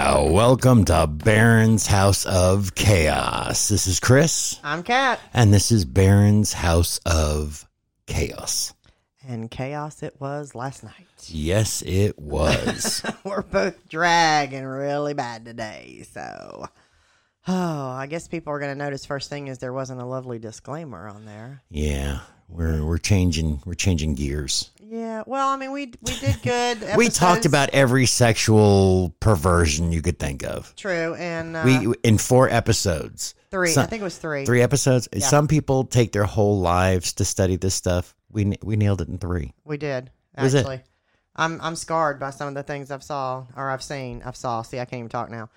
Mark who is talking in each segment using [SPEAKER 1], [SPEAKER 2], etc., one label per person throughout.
[SPEAKER 1] welcome to Baron's House of Chaos. This is Chris,
[SPEAKER 2] I'm Kat.
[SPEAKER 1] and this is Baron's House of Chaos.
[SPEAKER 2] And chaos it was last night.
[SPEAKER 1] Yes, it was.
[SPEAKER 2] We're both dragging really bad today. So, oh, I guess people are going to notice first thing is there wasn't a lovely disclaimer on there.
[SPEAKER 1] yeah, we're we're changing we're changing gears.
[SPEAKER 2] Yeah. Well, I mean, we we did good.
[SPEAKER 1] We
[SPEAKER 2] episodes.
[SPEAKER 1] talked about every sexual perversion you could think of.
[SPEAKER 2] True. And uh,
[SPEAKER 1] We in four episodes,
[SPEAKER 2] three.
[SPEAKER 1] some-
[SPEAKER 2] I think it was three.
[SPEAKER 1] three episodes.
[SPEAKER 2] Yeah.
[SPEAKER 1] Some people take their whole lives to study this stuff. We n- we nailed it in three.
[SPEAKER 2] We did.
[SPEAKER 1] Was it?
[SPEAKER 2] Actually. I'm I'm scarred by some of the things I've saw or I've seen. I've saw. See, I can't even talk now.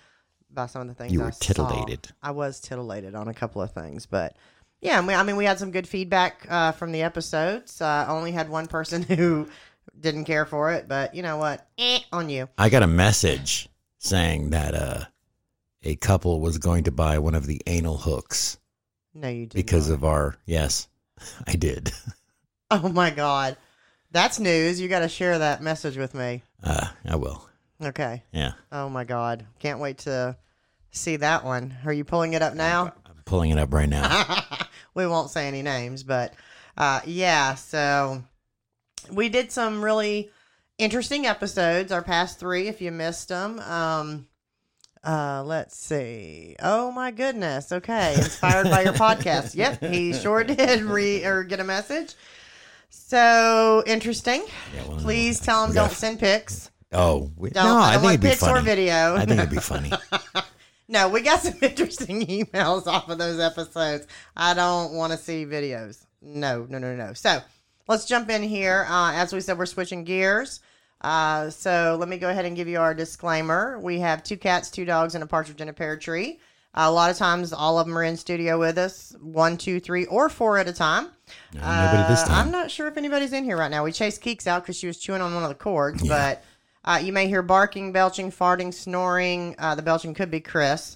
[SPEAKER 2] By some of the things
[SPEAKER 1] You
[SPEAKER 2] I
[SPEAKER 1] were
[SPEAKER 2] saw.
[SPEAKER 1] titillated.
[SPEAKER 2] I was titillated on a couple of things, but yeah, and we, I mean, we had some good feedback uh, from the episodes. Uh, only had one person who didn't care for it, but you know what? Eh, on you.
[SPEAKER 1] I got a message saying that uh, a couple was going to buy one of the anal hooks
[SPEAKER 2] No, you did
[SPEAKER 1] because
[SPEAKER 2] not.
[SPEAKER 1] of our. Yes, I did.
[SPEAKER 2] Oh my God, that's news. You got to share that message with me.
[SPEAKER 1] Uh, I will.
[SPEAKER 2] Okay.
[SPEAKER 1] Yeah,
[SPEAKER 2] Oh my God, can't wait to see that one. Are you pulling it up now?
[SPEAKER 1] I'm pulling it up right now.
[SPEAKER 2] we won't say any names, but uh, yeah, so we did some really interesting episodes, our past three, if you missed them. Um, uh, let's see. Oh my goodness. Okay. Inspired by your podcast. Yep. He sure did re or get a message. So interesting.
[SPEAKER 1] Yeah, well,
[SPEAKER 2] Please tell him
[SPEAKER 1] we gotta
[SPEAKER 2] don't send pics.
[SPEAKER 1] Oh we,
[SPEAKER 2] Don't,
[SPEAKER 1] no,
[SPEAKER 2] I
[SPEAKER 1] I,
[SPEAKER 2] don't
[SPEAKER 1] think
[SPEAKER 2] want
[SPEAKER 1] it'd be
[SPEAKER 2] pics or
[SPEAKER 1] funny.
[SPEAKER 2] video.
[SPEAKER 1] I think it'd be funny.
[SPEAKER 2] No, we got some interesting emails off of those episodes. I don't want to see videos. No, no, no, no. So let's jump in here. Uh, as we said, we're switching gears. Uh, so let me go ahead and give you our disclaimer. We have two cats, two dogs, and a partridge in a pear tree. Uh, a lot of times, all of them are in studio with us one, two, three, or four at a time.
[SPEAKER 1] No, nobody this
[SPEAKER 2] Uh,
[SPEAKER 1] time.
[SPEAKER 2] I'm not sure if anybody's in here right now. We chased Keeks out because she was chewing on one of the cords, but uh, you may hear barking, belching, farting, snoring. Uh, the belching could be Chris.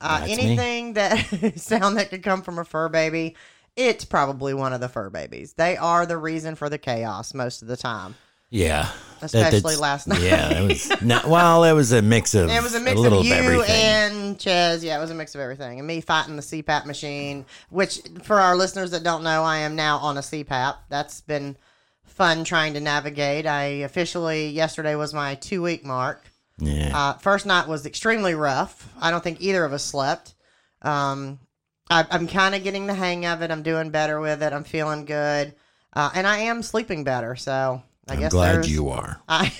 [SPEAKER 2] Uh,
[SPEAKER 1] That's me.
[SPEAKER 2] anything that sound that could come from a fur baby, it's probably one of the fur babies. They are the reason for the chaos most of the time.
[SPEAKER 1] yeah,
[SPEAKER 2] especially
[SPEAKER 1] that's-
[SPEAKER 2] last night.
[SPEAKER 1] Yeah, that was not, well, it was a mix of
[SPEAKER 2] It was a mix
[SPEAKER 1] little
[SPEAKER 2] of you
[SPEAKER 1] everything.
[SPEAKER 2] and Ches. Yeah, it was a mix of everything. And me fighting the CPAP machine, which for our listeners that don't know, I am now on a CPAP. That's been fun trying to navigate. I officially, yesterday was my two week mark.
[SPEAKER 1] yeah.
[SPEAKER 2] Uh, first night was extremely rough. I don't think either of us slept. Um, I, I'm kind of getting the hang of it. I'm doing better with it. I'm feeling good. Uh, and I am sleeping better. So I
[SPEAKER 1] I'm
[SPEAKER 2] guess
[SPEAKER 1] glad
[SPEAKER 2] there's-
[SPEAKER 1] you are.
[SPEAKER 2] I,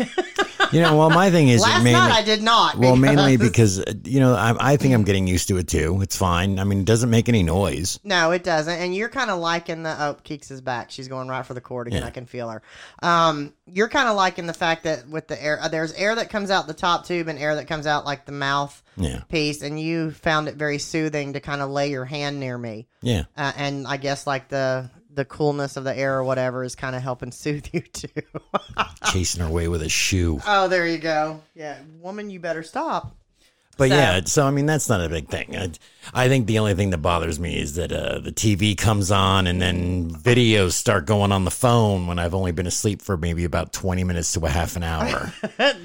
[SPEAKER 1] You know, well, my thing is it
[SPEAKER 2] last
[SPEAKER 1] mainly,
[SPEAKER 2] night I did not.
[SPEAKER 1] Well, mainly
[SPEAKER 2] because.
[SPEAKER 1] because uh, you know I, I think I'm getting used to it too. It's fine. I mean, it doesn't make any noise.
[SPEAKER 2] No, it doesn't. And you're kind of liking the oh, Keeks is back. She's going right for the cord again.
[SPEAKER 1] Yeah.
[SPEAKER 2] I can feel her. Um, you're kind of liking the fact that with the air, uh, there's air that comes out the top tube and air that comes out like the mouth
[SPEAKER 1] Yeah,
[SPEAKER 2] piece, and you found it very soothing to kind of lay your hand near me.
[SPEAKER 1] yeah.
[SPEAKER 2] Uh, and I guess like the the coolness of the air or whatever is kind of helping soothe you too.
[SPEAKER 1] Chasing her away with a shoe,
[SPEAKER 2] oh, there you go. Yeah, woman, you better stop.
[SPEAKER 1] but
[SPEAKER 2] So-
[SPEAKER 1] yeah. So I mean, that's not a big thing. I, I think the only thing that bothers me is that uh, the TV comes on and then videos start going on the phone when I've only been asleep for maybe about twenty minutes to a half an hour,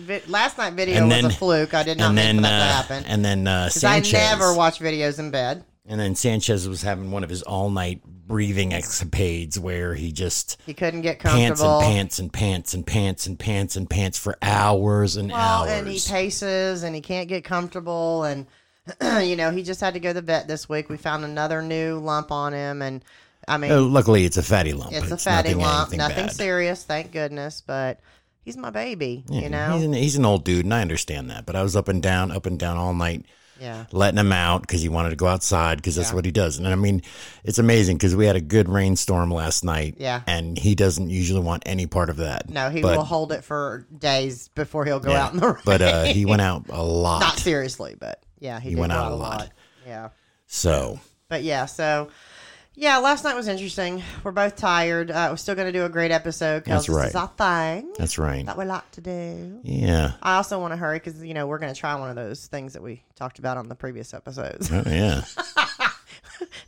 [SPEAKER 2] Vi- Last night video
[SPEAKER 1] And
[SPEAKER 2] was
[SPEAKER 1] then-
[SPEAKER 2] a fluke. I did not
[SPEAKER 1] and
[SPEAKER 2] mean
[SPEAKER 1] then
[SPEAKER 2] for that to
[SPEAKER 1] uh,
[SPEAKER 2] happen.
[SPEAKER 1] and then uh,
[SPEAKER 2] 'Cause I
[SPEAKER 1] Sanchez
[SPEAKER 2] never watch videos in bed.
[SPEAKER 1] and then Sanchez was having one of his all night breathing escapades where he just.
[SPEAKER 2] He couldn't get
[SPEAKER 1] pants
[SPEAKER 2] comfortable.
[SPEAKER 1] and pants and pants and pants and pants and pants for hours and
[SPEAKER 2] Well,
[SPEAKER 1] hours.
[SPEAKER 2] Oh, and he paces and he can't get comfortable. And, you know, he just had to go to the vet this week. We found another new lump on him. And, I mean,
[SPEAKER 1] Uh, luckily, it's a fatty lump.
[SPEAKER 2] it's a fatty
[SPEAKER 1] nothing,
[SPEAKER 2] lump.
[SPEAKER 1] anything
[SPEAKER 2] Nothing
[SPEAKER 1] bad.
[SPEAKER 2] serious, thank goodness. But he's my baby, you know?
[SPEAKER 1] He's an, he's an old dude, and I understand that. But I was up and down, up and down all night,
[SPEAKER 2] yeah.
[SPEAKER 1] letting him out because he wanted to go outside because that's what he does. And I mean, it's amazing because we had a good rainstorm last night.
[SPEAKER 2] Yeah.
[SPEAKER 1] and he doesn't usually want any part of that.
[SPEAKER 2] No, he
[SPEAKER 1] but,
[SPEAKER 2] will hold it for days before he'll go
[SPEAKER 1] yeah.
[SPEAKER 2] out in the rain.
[SPEAKER 1] But uh, he went out a lot.
[SPEAKER 2] Not seriously, but yeah, he, did
[SPEAKER 1] went
[SPEAKER 2] go
[SPEAKER 1] out a lot.
[SPEAKER 2] Yeah.
[SPEAKER 1] so
[SPEAKER 2] But yeah, so yeah, last night was interesting. We're both tired. Uh, we're still going to do a great episode
[SPEAKER 1] That's
[SPEAKER 2] because this is our
[SPEAKER 1] right.
[SPEAKER 2] thing
[SPEAKER 1] that's right.
[SPEAKER 2] that we like to do.
[SPEAKER 1] Yeah.
[SPEAKER 2] I also want to hurry because you know we're going to try one of those things that we talked about on the previous episodes.
[SPEAKER 1] Oh, yeah.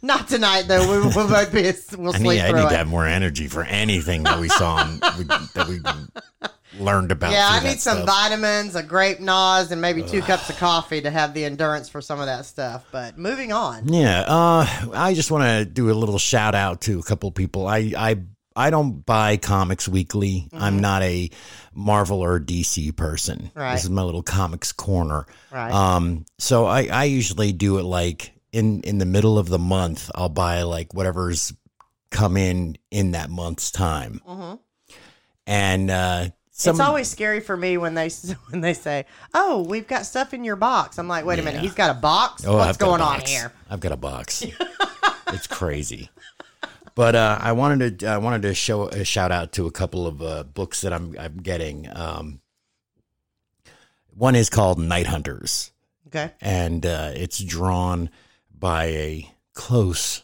[SPEAKER 2] Not tonight though. We will both be we'll
[SPEAKER 1] I
[SPEAKER 2] sleep
[SPEAKER 1] need, I
[SPEAKER 2] through
[SPEAKER 1] need
[SPEAKER 2] it.
[SPEAKER 1] to have more energy for anything that we saw on, we, that we learned about.
[SPEAKER 2] Yeah,
[SPEAKER 1] through
[SPEAKER 2] I
[SPEAKER 1] that
[SPEAKER 2] need some
[SPEAKER 1] stuff.
[SPEAKER 2] vitamins, a grape nause, and maybe two cups of coffee to have the endurance for some of that stuff. But moving on.
[SPEAKER 1] Yeah, uh, I just want to do a little shout out to a couple people. I I I don't buy comics weekly.
[SPEAKER 2] Mm-hmm.
[SPEAKER 1] I'm not a Marvel or DC person.
[SPEAKER 2] Right.
[SPEAKER 1] This is my little comics corner.
[SPEAKER 2] Right.
[SPEAKER 1] Um, so I I usually do it like in in the middle of the month. I'll buy like whatever's come in in that month's time,
[SPEAKER 2] Mhm.
[SPEAKER 1] and uh, some
[SPEAKER 2] it's always scary for me when they s- when they say, "Oh, we've got stuff in your box." I'm like, "Wait a minute,
[SPEAKER 1] Yeah.
[SPEAKER 2] he's got a box.
[SPEAKER 1] Oh,
[SPEAKER 2] What's
[SPEAKER 1] I've got a
[SPEAKER 2] going on
[SPEAKER 1] box.
[SPEAKER 2] here?"
[SPEAKER 1] I've got a box. it's crazy. But uh, I wanted to I wanted to show a shout out to a couple of uh, books that I'm I'm getting. Um, one is called Night Hunters,
[SPEAKER 2] Okay.
[SPEAKER 1] and uh, it's drawn by a close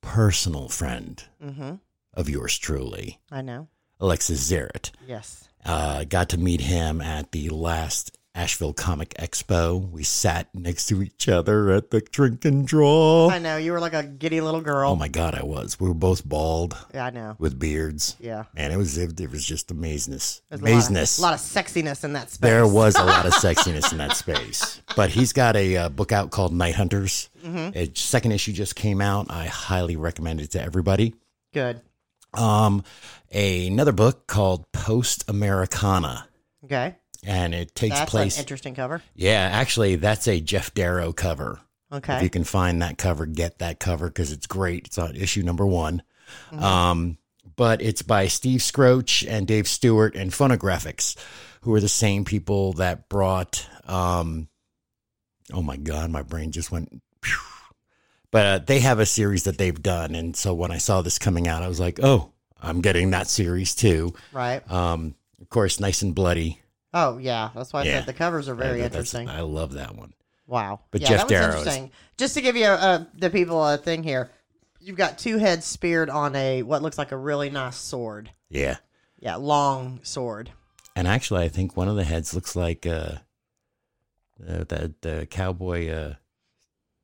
[SPEAKER 1] personal friend
[SPEAKER 2] Mm-hmm.
[SPEAKER 1] of yours truly,
[SPEAKER 2] I know.
[SPEAKER 1] Alexis Zaret.
[SPEAKER 2] Yes.
[SPEAKER 1] Uh, got to meet him at the last Asheville Comic Expo. We sat next to each other at the drink and draw.
[SPEAKER 2] I know. You were like a giddy little girl.
[SPEAKER 1] Oh my god, I was. We were both bald
[SPEAKER 2] yeah, I know.
[SPEAKER 1] with beards,
[SPEAKER 2] Yeah.
[SPEAKER 1] and it was it, it was just amazingness.
[SPEAKER 2] There's a lot, of,
[SPEAKER 1] Amazingness.
[SPEAKER 2] a lot of sexiness in that space.
[SPEAKER 1] there was a lot of sexiness in that space. But he's got a uh, book out called Night Hunters.
[SPEAKER 2] Mm-hmm.
[SPEAKER 1] Its second issue just came out. I highly recommend it to everybody.
[SPEAKER 2] Good.
[SPEAKER 1] Um, another book called Post Americana,
[SPEAKER 2] Okay.
[SPEAKER 1] and it takes
[SPEAKER 2] That's
[SPEAKER 1] place.
[SPEAKER 2] an interesting cover.
[SPEAKER 1] yeah, actually, that's a Jeff Darrow cover. If
[SPEAKER 2] Okay.
[SPEAKER 1] you can find that cover, get that cover because it's great. It's on issue number one.
[SPEAKER 2] Mm-hmm.
[SPEAKER 1] Um, but it's by Steve Scroach and Dave Stewart and Phonographics, who are the same people that brought. Um, oh my God, my brain just went. phew. But uh, they have a series that they've done. And so when I saw this coming out, I was like, oh, I'm getting that series too.
[SPEAKER 2] Right.
[SPEAKER 1] Um, of course, Nice and Bloody.
[SPEAKER 2] Oh yeah. That's why I
[SPEAKER 1] Yeah.
[SPEAKER 2] said the covers are very
[SPEAKER 1] I- that's-
[SPEAKER 2] interesting.
[SPEAKER 1] I love that one.
[SPEAKER 2] Wow.
[SPEAKER 1] But
[SPEAKER 2] yeah,
[SPEAKER 1] Jeff
[SPEAKER 2] that was
[SPEAKER 1] Darrow is-
[SPEAKER 2] interesting. Just to give you uh, the people a thing here, you've got two heads speared on a what looks like a really nice sword.
[SPEAKER 1] Yeah.
[SPEAKER 2] Yeah, long sword.
[SPEAKER 1] And actually, I think one of the heads looks like uh, uh the the cowboy uh,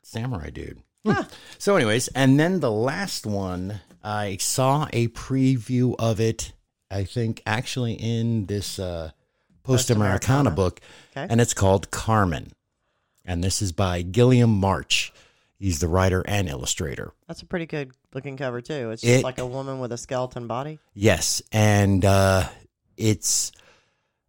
[SPEAKER 1] samurai dude. Hmm. So, anyways, and then the last one, I saw a preview of it. I think actually in this uh, post Americana
[SPEAKER 2] Post-Americana.
[SPEAKER 1] book,
[SPEAKER 2] Okay.
[SPEAKER 1] and it's called Carmen, and this is by Gilliam March. He's the writer and illustrator.
[SPEAKER 2] That's a pretty good looking cover too. It's just
[SPEAKER 1] It-
[SPEAKER 2] like a woman with a skeleton body.
[SPEAKER 1] Yes, and uh, it's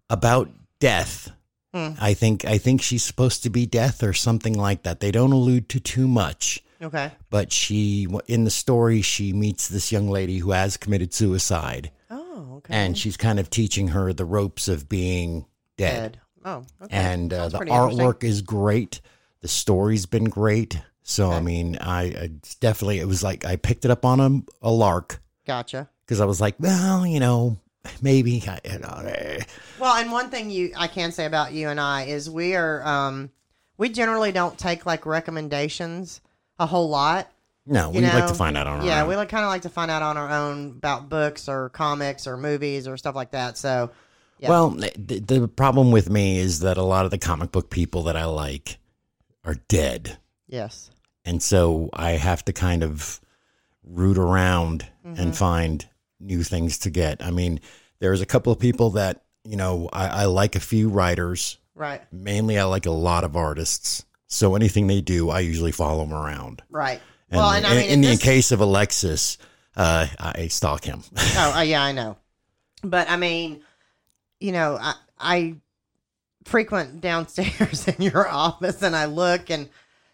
[SPEAKER 1] about death.
[SPEAKER 2] Hmm.
[SPEAKER 1] I think I think she's supposed to be death or something like that. They don't allude to too much,
[SPEAKER 2] Okay.
[SPEAKER 1] but she in the story she meets this young lady who has committed suicide,
[SPEAKER 2] Oh, okay.
[SPEAKER 1] and she's kind of teaching her the ropes of being dead.
[SPEAKER 2] Dead. Oh, okay.
[SPEAKER 1] And uh,
[SPEAKER 2] Sounds
[SPEAKER 1] the
[SPEAKER 2] pretty interesting.
[SPEAKER 1] artwork is great. The story's been great. So I
[SPEAKER 2] Okay.
[SPEAKER 1] mean, I, I it's definitely it was like I picked it up on a, a lark
[SPEAKER 2] Gotcha.
[SPEAKER 1] because I was like, well, you know, maybe. I, you know, eh.
[SPEAKER 2] Well, and one thing you I can say about you and I is we are um we generally don't take like recommendations a whole lot.
[SPEAKER 1] No,
[SPEAKER 2] You
[SPEAKER 1] we'd like
[SPEAKER 2] know,
[SPEAKER 1] to find out on our
[SPEAKER 2] yeah,
[SPEAKER 1] own.
[SPEAKER 2] we like, kind of like to find out on our own about books or comics or movies or stuff like that. So, yeah.
[SPEAKER 1] Well, eh, the, the problem with me is that a lot of the comic book people that I like are dead.
[SPEAKER 2] yes,
[SPEAKER 1] And so I have to kind of root around
[SPEAKER 2] Mm-hmm.
[SPEAKER 1] and find new things to get. I mean, there's a couple of people that, you know, I, I like a few writers.
[SPEAKER 2] right,
[SPEAKER 1] Mainly, I like a lot of artists. So anything they do, I usually follow them around.
[SPEAKER 2] right.
[SPEAKER 1] And
[SPEAKER 2] well, and I
[SPEAKER 1] in,
[SPEAKER 2] mean,
[SPEAKER 1] in the
[SPEAKER 2] this,
[SPEAKER 1] case of Alexis, uh, I stalk him.
[SPEAKER 2] oh, uh, yeah, I know. But I mean, you know, I, I frequent downstairs in your office and I look and,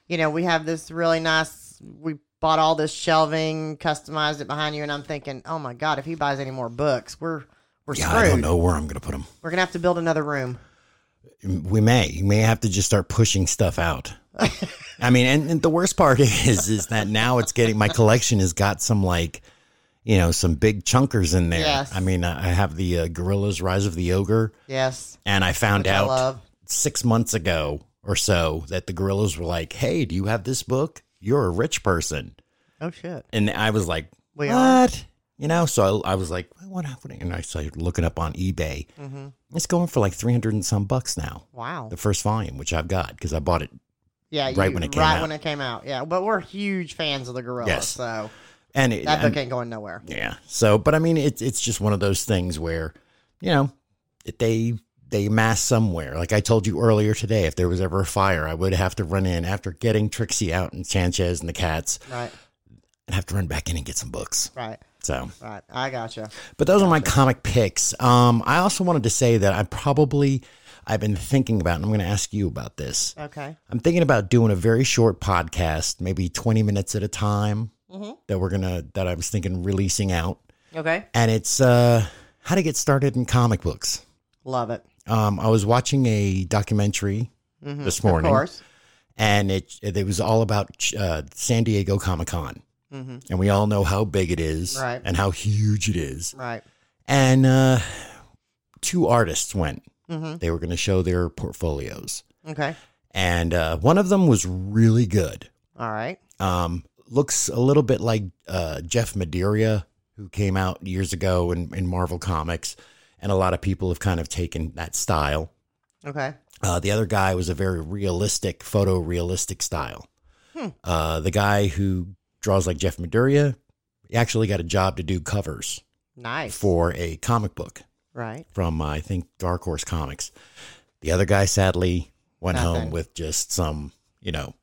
[SPEAKER 2] you know, we have this really nice, we bought all this shelving, customized it behind you. And I'm thinking, oh my God, if he buys any more books, we're, we're
[SPEAKER 1] yeah,
[SPEAKER 2] screwed.
[SPEAKER 1] I don't know where I'm going to put him.
[SPEAKER 2] We're going to have to build another room.
[SPEAKER 1] we may you may have to just start pushing stuff out i mean and, and the worst part is is that now it's getting my collection has got some like you know some big chunkers in there
[SPEAKER 2] Yes.
[SPEAKER 1] i mean i I have the uh, gorillas rise of the ogre
[SPEAKER 2] Yes.
[SPEAKER 1] and i found
[SPEAKER 2] I
[SPEAKER 1] out
[SPEAKER 2] love.
[SPEAKER 1] six months ago or so that the gorillas were like hey do you have this book you're a rich person
[SPEAKER 2] Oh, shit.
[SPEAKER 1] and i was like
[SPEAKER 2] We
[SPEAKER 1] what
[SPEAKER 2] are.
[SPEAKER 1] you know so I, I was like what happened and i started looking up on ebay
[SPEAKER 2] Mm-hmm.
[SPEAKER 1] it's going for like 300 and some bucks now
[SPEAKER 2] Wow.
[SPEAKER 1] the first volume, which I've got because I bought it.
[SPEAKER 2] Yeah,
[SPEAKER 1] right
[SPEAKER 2] you-
[SPEAKER 1] when it came
[SPEAKER 2] right
[SPEAKER 1] out.
[SPEAKER 2] when it came out. Yeah, but we're huge fans of the Gorilla,
[SPEAKER 1] Yes.
[SPEAKER 2] so
[SPEAKER 1] And it,
[SPEAKER 2] that
[SPEAKER 1] and-
[SPEAKER 2] book ain't going nowhere.
[SPEAKER 1] yeah. So, but I mean, it's it's just one of those things where, you know, they they mass somewhere. Like I told you earlier today, if there was ever a fire, I would have to run in after getting Trixie out and Sanchez and the cats.
[SPEAKER 2] Right.
[SPEAKER 1] I'd have to run back in and get some books.
[SPEAKER 2] Right.
[SPEAKER 1] So,
[SPEAKER 2] Right. I gotcha.
[SPEAKER 1] but those are my comic picks. Um, I also wanted to say that I probably I've been thinking about, and I'm going to ask you about this.
[SPEAKER 2] Okay.
[SPEAKER 1] I'm thinking about doing a very short podcast, maybe 20 minutes at a time
[SPEAKER 2] Mhm.
[SPEAKER 1] that we're going to, that I was thinking releasing out.
[SPEAKER 2] Okay.
[SPEAKER 1] And it's uh, how to get started in comic books.
[SPEAKER 2] Love it.
[SPEAKER 1] Um, I was watching a documentary
[SPEAKER 2] Mhm.
[SPEAKER 1] This morning.
[SPEAKER 2] Of course.
[SPEAKER 1] and it, it was all about uh, San Diego Comic Con.
[SPEAKER 2] hmm
[SPEAKER 1] And we all know how big it is
[SPEAKER 2] Right.
[SPEAKER 1] and how huge it is.
[SPEAKER 2] Right.
[SPEAKER 1] And uh, two artists went,
[SPEAKER 2] hmm
[SPEAKER 1] they were going to show their portfolios.
[SPEAKER 2] Okay.
[SPEAKER 1] And uh, one of them was really good.
[SPEAKER 2] All right.
[SPEAKER 1] Um, looks a little bit like uh, Jeff Madeira, who came out years ago in, in Marvel Comics, and a lot of people have kind of taken that style.
[SPEAKER 2] Okay.
[SPEAKER 1] Uh, the other guy was a very realistic, photorealistic style.
[SPEAKER 2] Hmm.
[SPEAKER 1] Uh, the guy who draws like Jeff Madeira he actually got a job to do covers
[SPEAKER 2] Nice.
[SPEAKER 1] for a comic book
[SPEAKER 2] Right.
[SPEAKER 1] from uh, I think Dark Horse Comics. The other guy sadly went home
[SPEAKER 2] Nothing.
[SPEAKER 1] with just some, you know,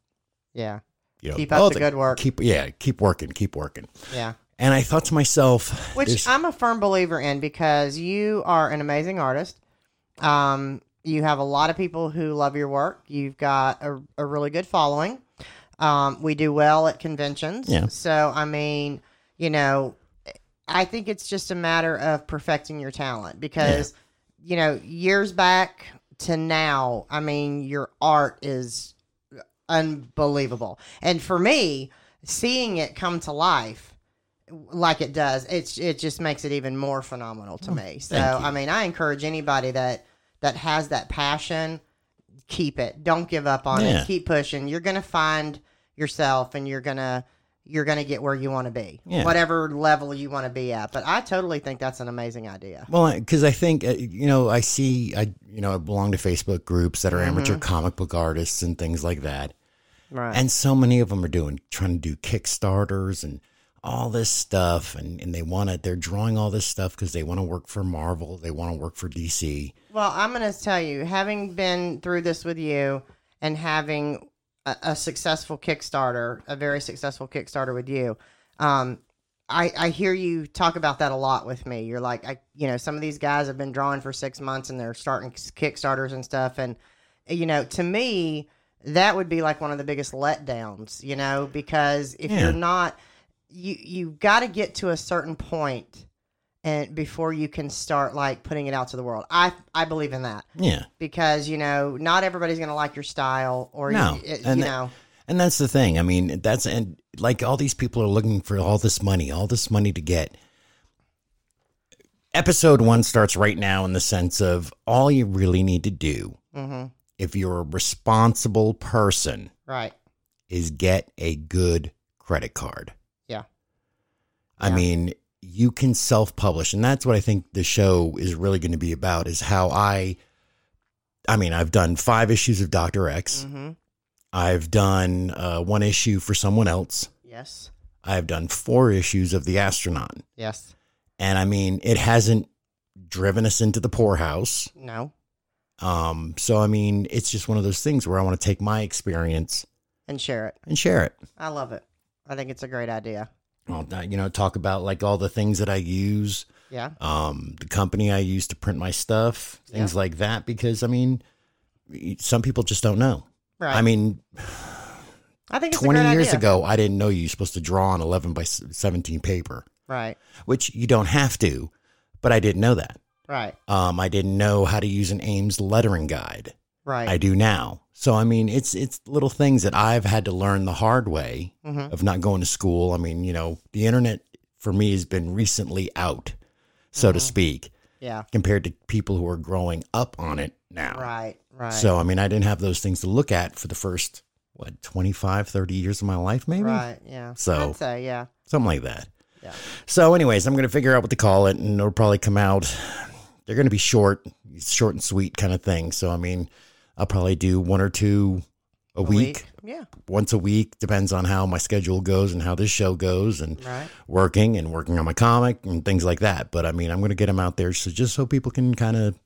[SPEAKER 2] Yeah.
[SPEAKER 1] you know,
[SPEAKER 2] Keep up
[SPEAKER 1] "Oh,
[SPEAKER 2] the
[SPEAKER 1] they-
[SPEAKER 2] good work."
[SPEAKER 1] Keep yeah, keep working, keep working.
[SPEAKER 2] Yeah.
[SPEAKER 1] And I thought to myself,
[SPEAKER 2] Which
[SPEAKER 1] there's-
[SPEAKER 2] I'm a firm believer in because you are an amazing artist. Um, you have a lot of people who love your work. You've got a, a really good following. Um, we do well at conventions.
[SPEAKER 1] Yeah.
[SPEAKER 2] So, I mean, you know, I think it's just a matter of perfecting your talent because, you know, years back to now, I mean, your art is unbelievable. And for me, seeing it come to life like it does, it's it just makes it even more phenomenal to me. So,
[SPEAKER 1] thank you.
[SPEAKER 2] I mean, I encourage anybody that that has that passion, keep it. Don't give up on
[SPEAKER 1] Yeah.
[SPEAKER 2] it. Keep pushing. You're going to find yourself and you're going to you're going to get where you want to be,
[SPEAKER 1] Yeah.
[SPEAKER 2] whatever level you want to be at. But I totally think that's an amazing idea.
[SPEAKER 1] Well, because I think uh, you know, I see, I you know, I belong to Facebook groups that are
[SPEAKER 2] Mm-hmm.
[SPEAKER 1] amateur comic book artists and things like that,
[SPEAKER 2] Right.
[SPEAKER 1] and so many of them are doing trying to do Kickstarters and all this stuff, and and they want to, they're drawing all this stuff because they want to work for Marvel, they want to work for DC.
[SPEAKER 2] well, I'm going to tell you, having been through this with you and having a, a successful Kickstarter, a very successful Kickstarter with you, um, I, I hear you talk about that a lot with me. You're like, I, you know, some of these guys have been drawing for six months and they're starting Kickstarters and stuff. And, you know, to me, that would be like one of the biggest letdowns, you know, because if
[SPEAKER 1] Yeah.
[SPEAKER 2] you're not, you, you've got to get to a certain point and before you can start like putting it out to the world. I, I believe in that
[SPEAKER 1] Yeah,
[SPEAKER 2] because, you know, not everybody's going to like your style or,
[SPEAKER 1] No,
[SPEAKER 2] you, it,
[SPEAKER 1] and
[SPEAKER 2] you
[SPEAKER 1] that-
[SPEAKER 2] know,
[SPEAKER 1] and that's the thing. I mean, that's and like all these people are looking for all this money, all this money to get. Episode one starts right now in the sense of all you really need to do
[SPEAKER 2] hmm
[SPEAKER 1] if you're a responsible person,
[SPEAKER 2] right.
[SPEAKER 1] is get a good credit card.
[SPEAKER 2] Yeah.
[SPEAKER 1] I
[SPEAKER 2] Yeah.
[SPEAKER 1] mean, you can self publish. And that's what I think the show is really going to be about is how I, I mean, I've done five issues of Dr. X,
[SPEAKER 2] hmm
[SPEAKER 1] I've done uh, one issue for someone else,
[SPEAKER 2] Yes.
[SPEAKER 1] I've done four issues of The Astronaut.
[SPEAKER 2] Yes.
[SPEAKER 1] And I mean, it hasn't driven us into the poorhouse.
[SPEAKER 2] No.
[SPEAKER 1] Um, so, I mean, it's just one of those things where I want to take my experience
[SPEAKER 2] And share it.
[SPEAKER 1] and share it.
[SPEAKER 2] I love it. I think it's a great idea.
[SPEAKER 1] I'll, uh, you know, talk about like all the things that I use,
[SPEAKER 2] Yeah.
[SPEAKER 1] um, the company I use to print my stuff, things like that. Because I mean, some people just don't know.
[SPEAKER 2] Right.
[SPEAKER 1] I mean,
[SPEAKER 2] I think it's a
[SPEAKER 1] twenty
[SPEAKER 2] great
[SPEAKER 1] years
[SPEAKER 2] idea.
[SPEAKER 1] ago, I didn't know you were supposed to draw on eleven by s- seventeen paper,
[SPEAKER 2] Right.
[SPEAKER 1] which you don't have to, but I didn't know that.
[SPEAKER 2] Right.
[SPEAKER 1] Um, I didn't know how to use an Ames lettering guide.
[SPEAKER 2] Right.
[SPEAKER 1] I do now. So I mean, it's it's little things that I've had to learn the hard way
[SPEAKER 2] Mhm.
[SPEAKER 1] of not going to school. I mean, you know, the internet for me has been recently out, so to speak,
[SPEAKER 2] yeah.
[SPEAKER 1] compared to people who are growing up on it now.
[SPEAKER 2] Right. Right.
[SPEAKER 1] So I mean, I didn't have those things to look at for the first what 25, 30 years of my life maybe.
[SPEAKER 2] right. Yeah.
[SPEAKER 1] So-
[SPEAKER 2] I'd say yeah.
[SPEAKER 1] Something like that.
[SPEAKER 2] Yeah.
[SPEAKER 1] So anyways, I'm going to figure out what to call it and it'll probably come out they're going to be short, short and sweet kind of thing. So I mean, I'll probably do one or two a,
[SPEAKER 2] A
[SPEAKER 1] week
[SPEAKER 2] Yeah.
[SPEAKER 1] once a week depends on how my schedule goes and how this show goes and
[SPEAKER 2] Right.
[SPEAKER 1] working and working on my comic and things like that but i mean i'm going to get them out there so just so people can kind of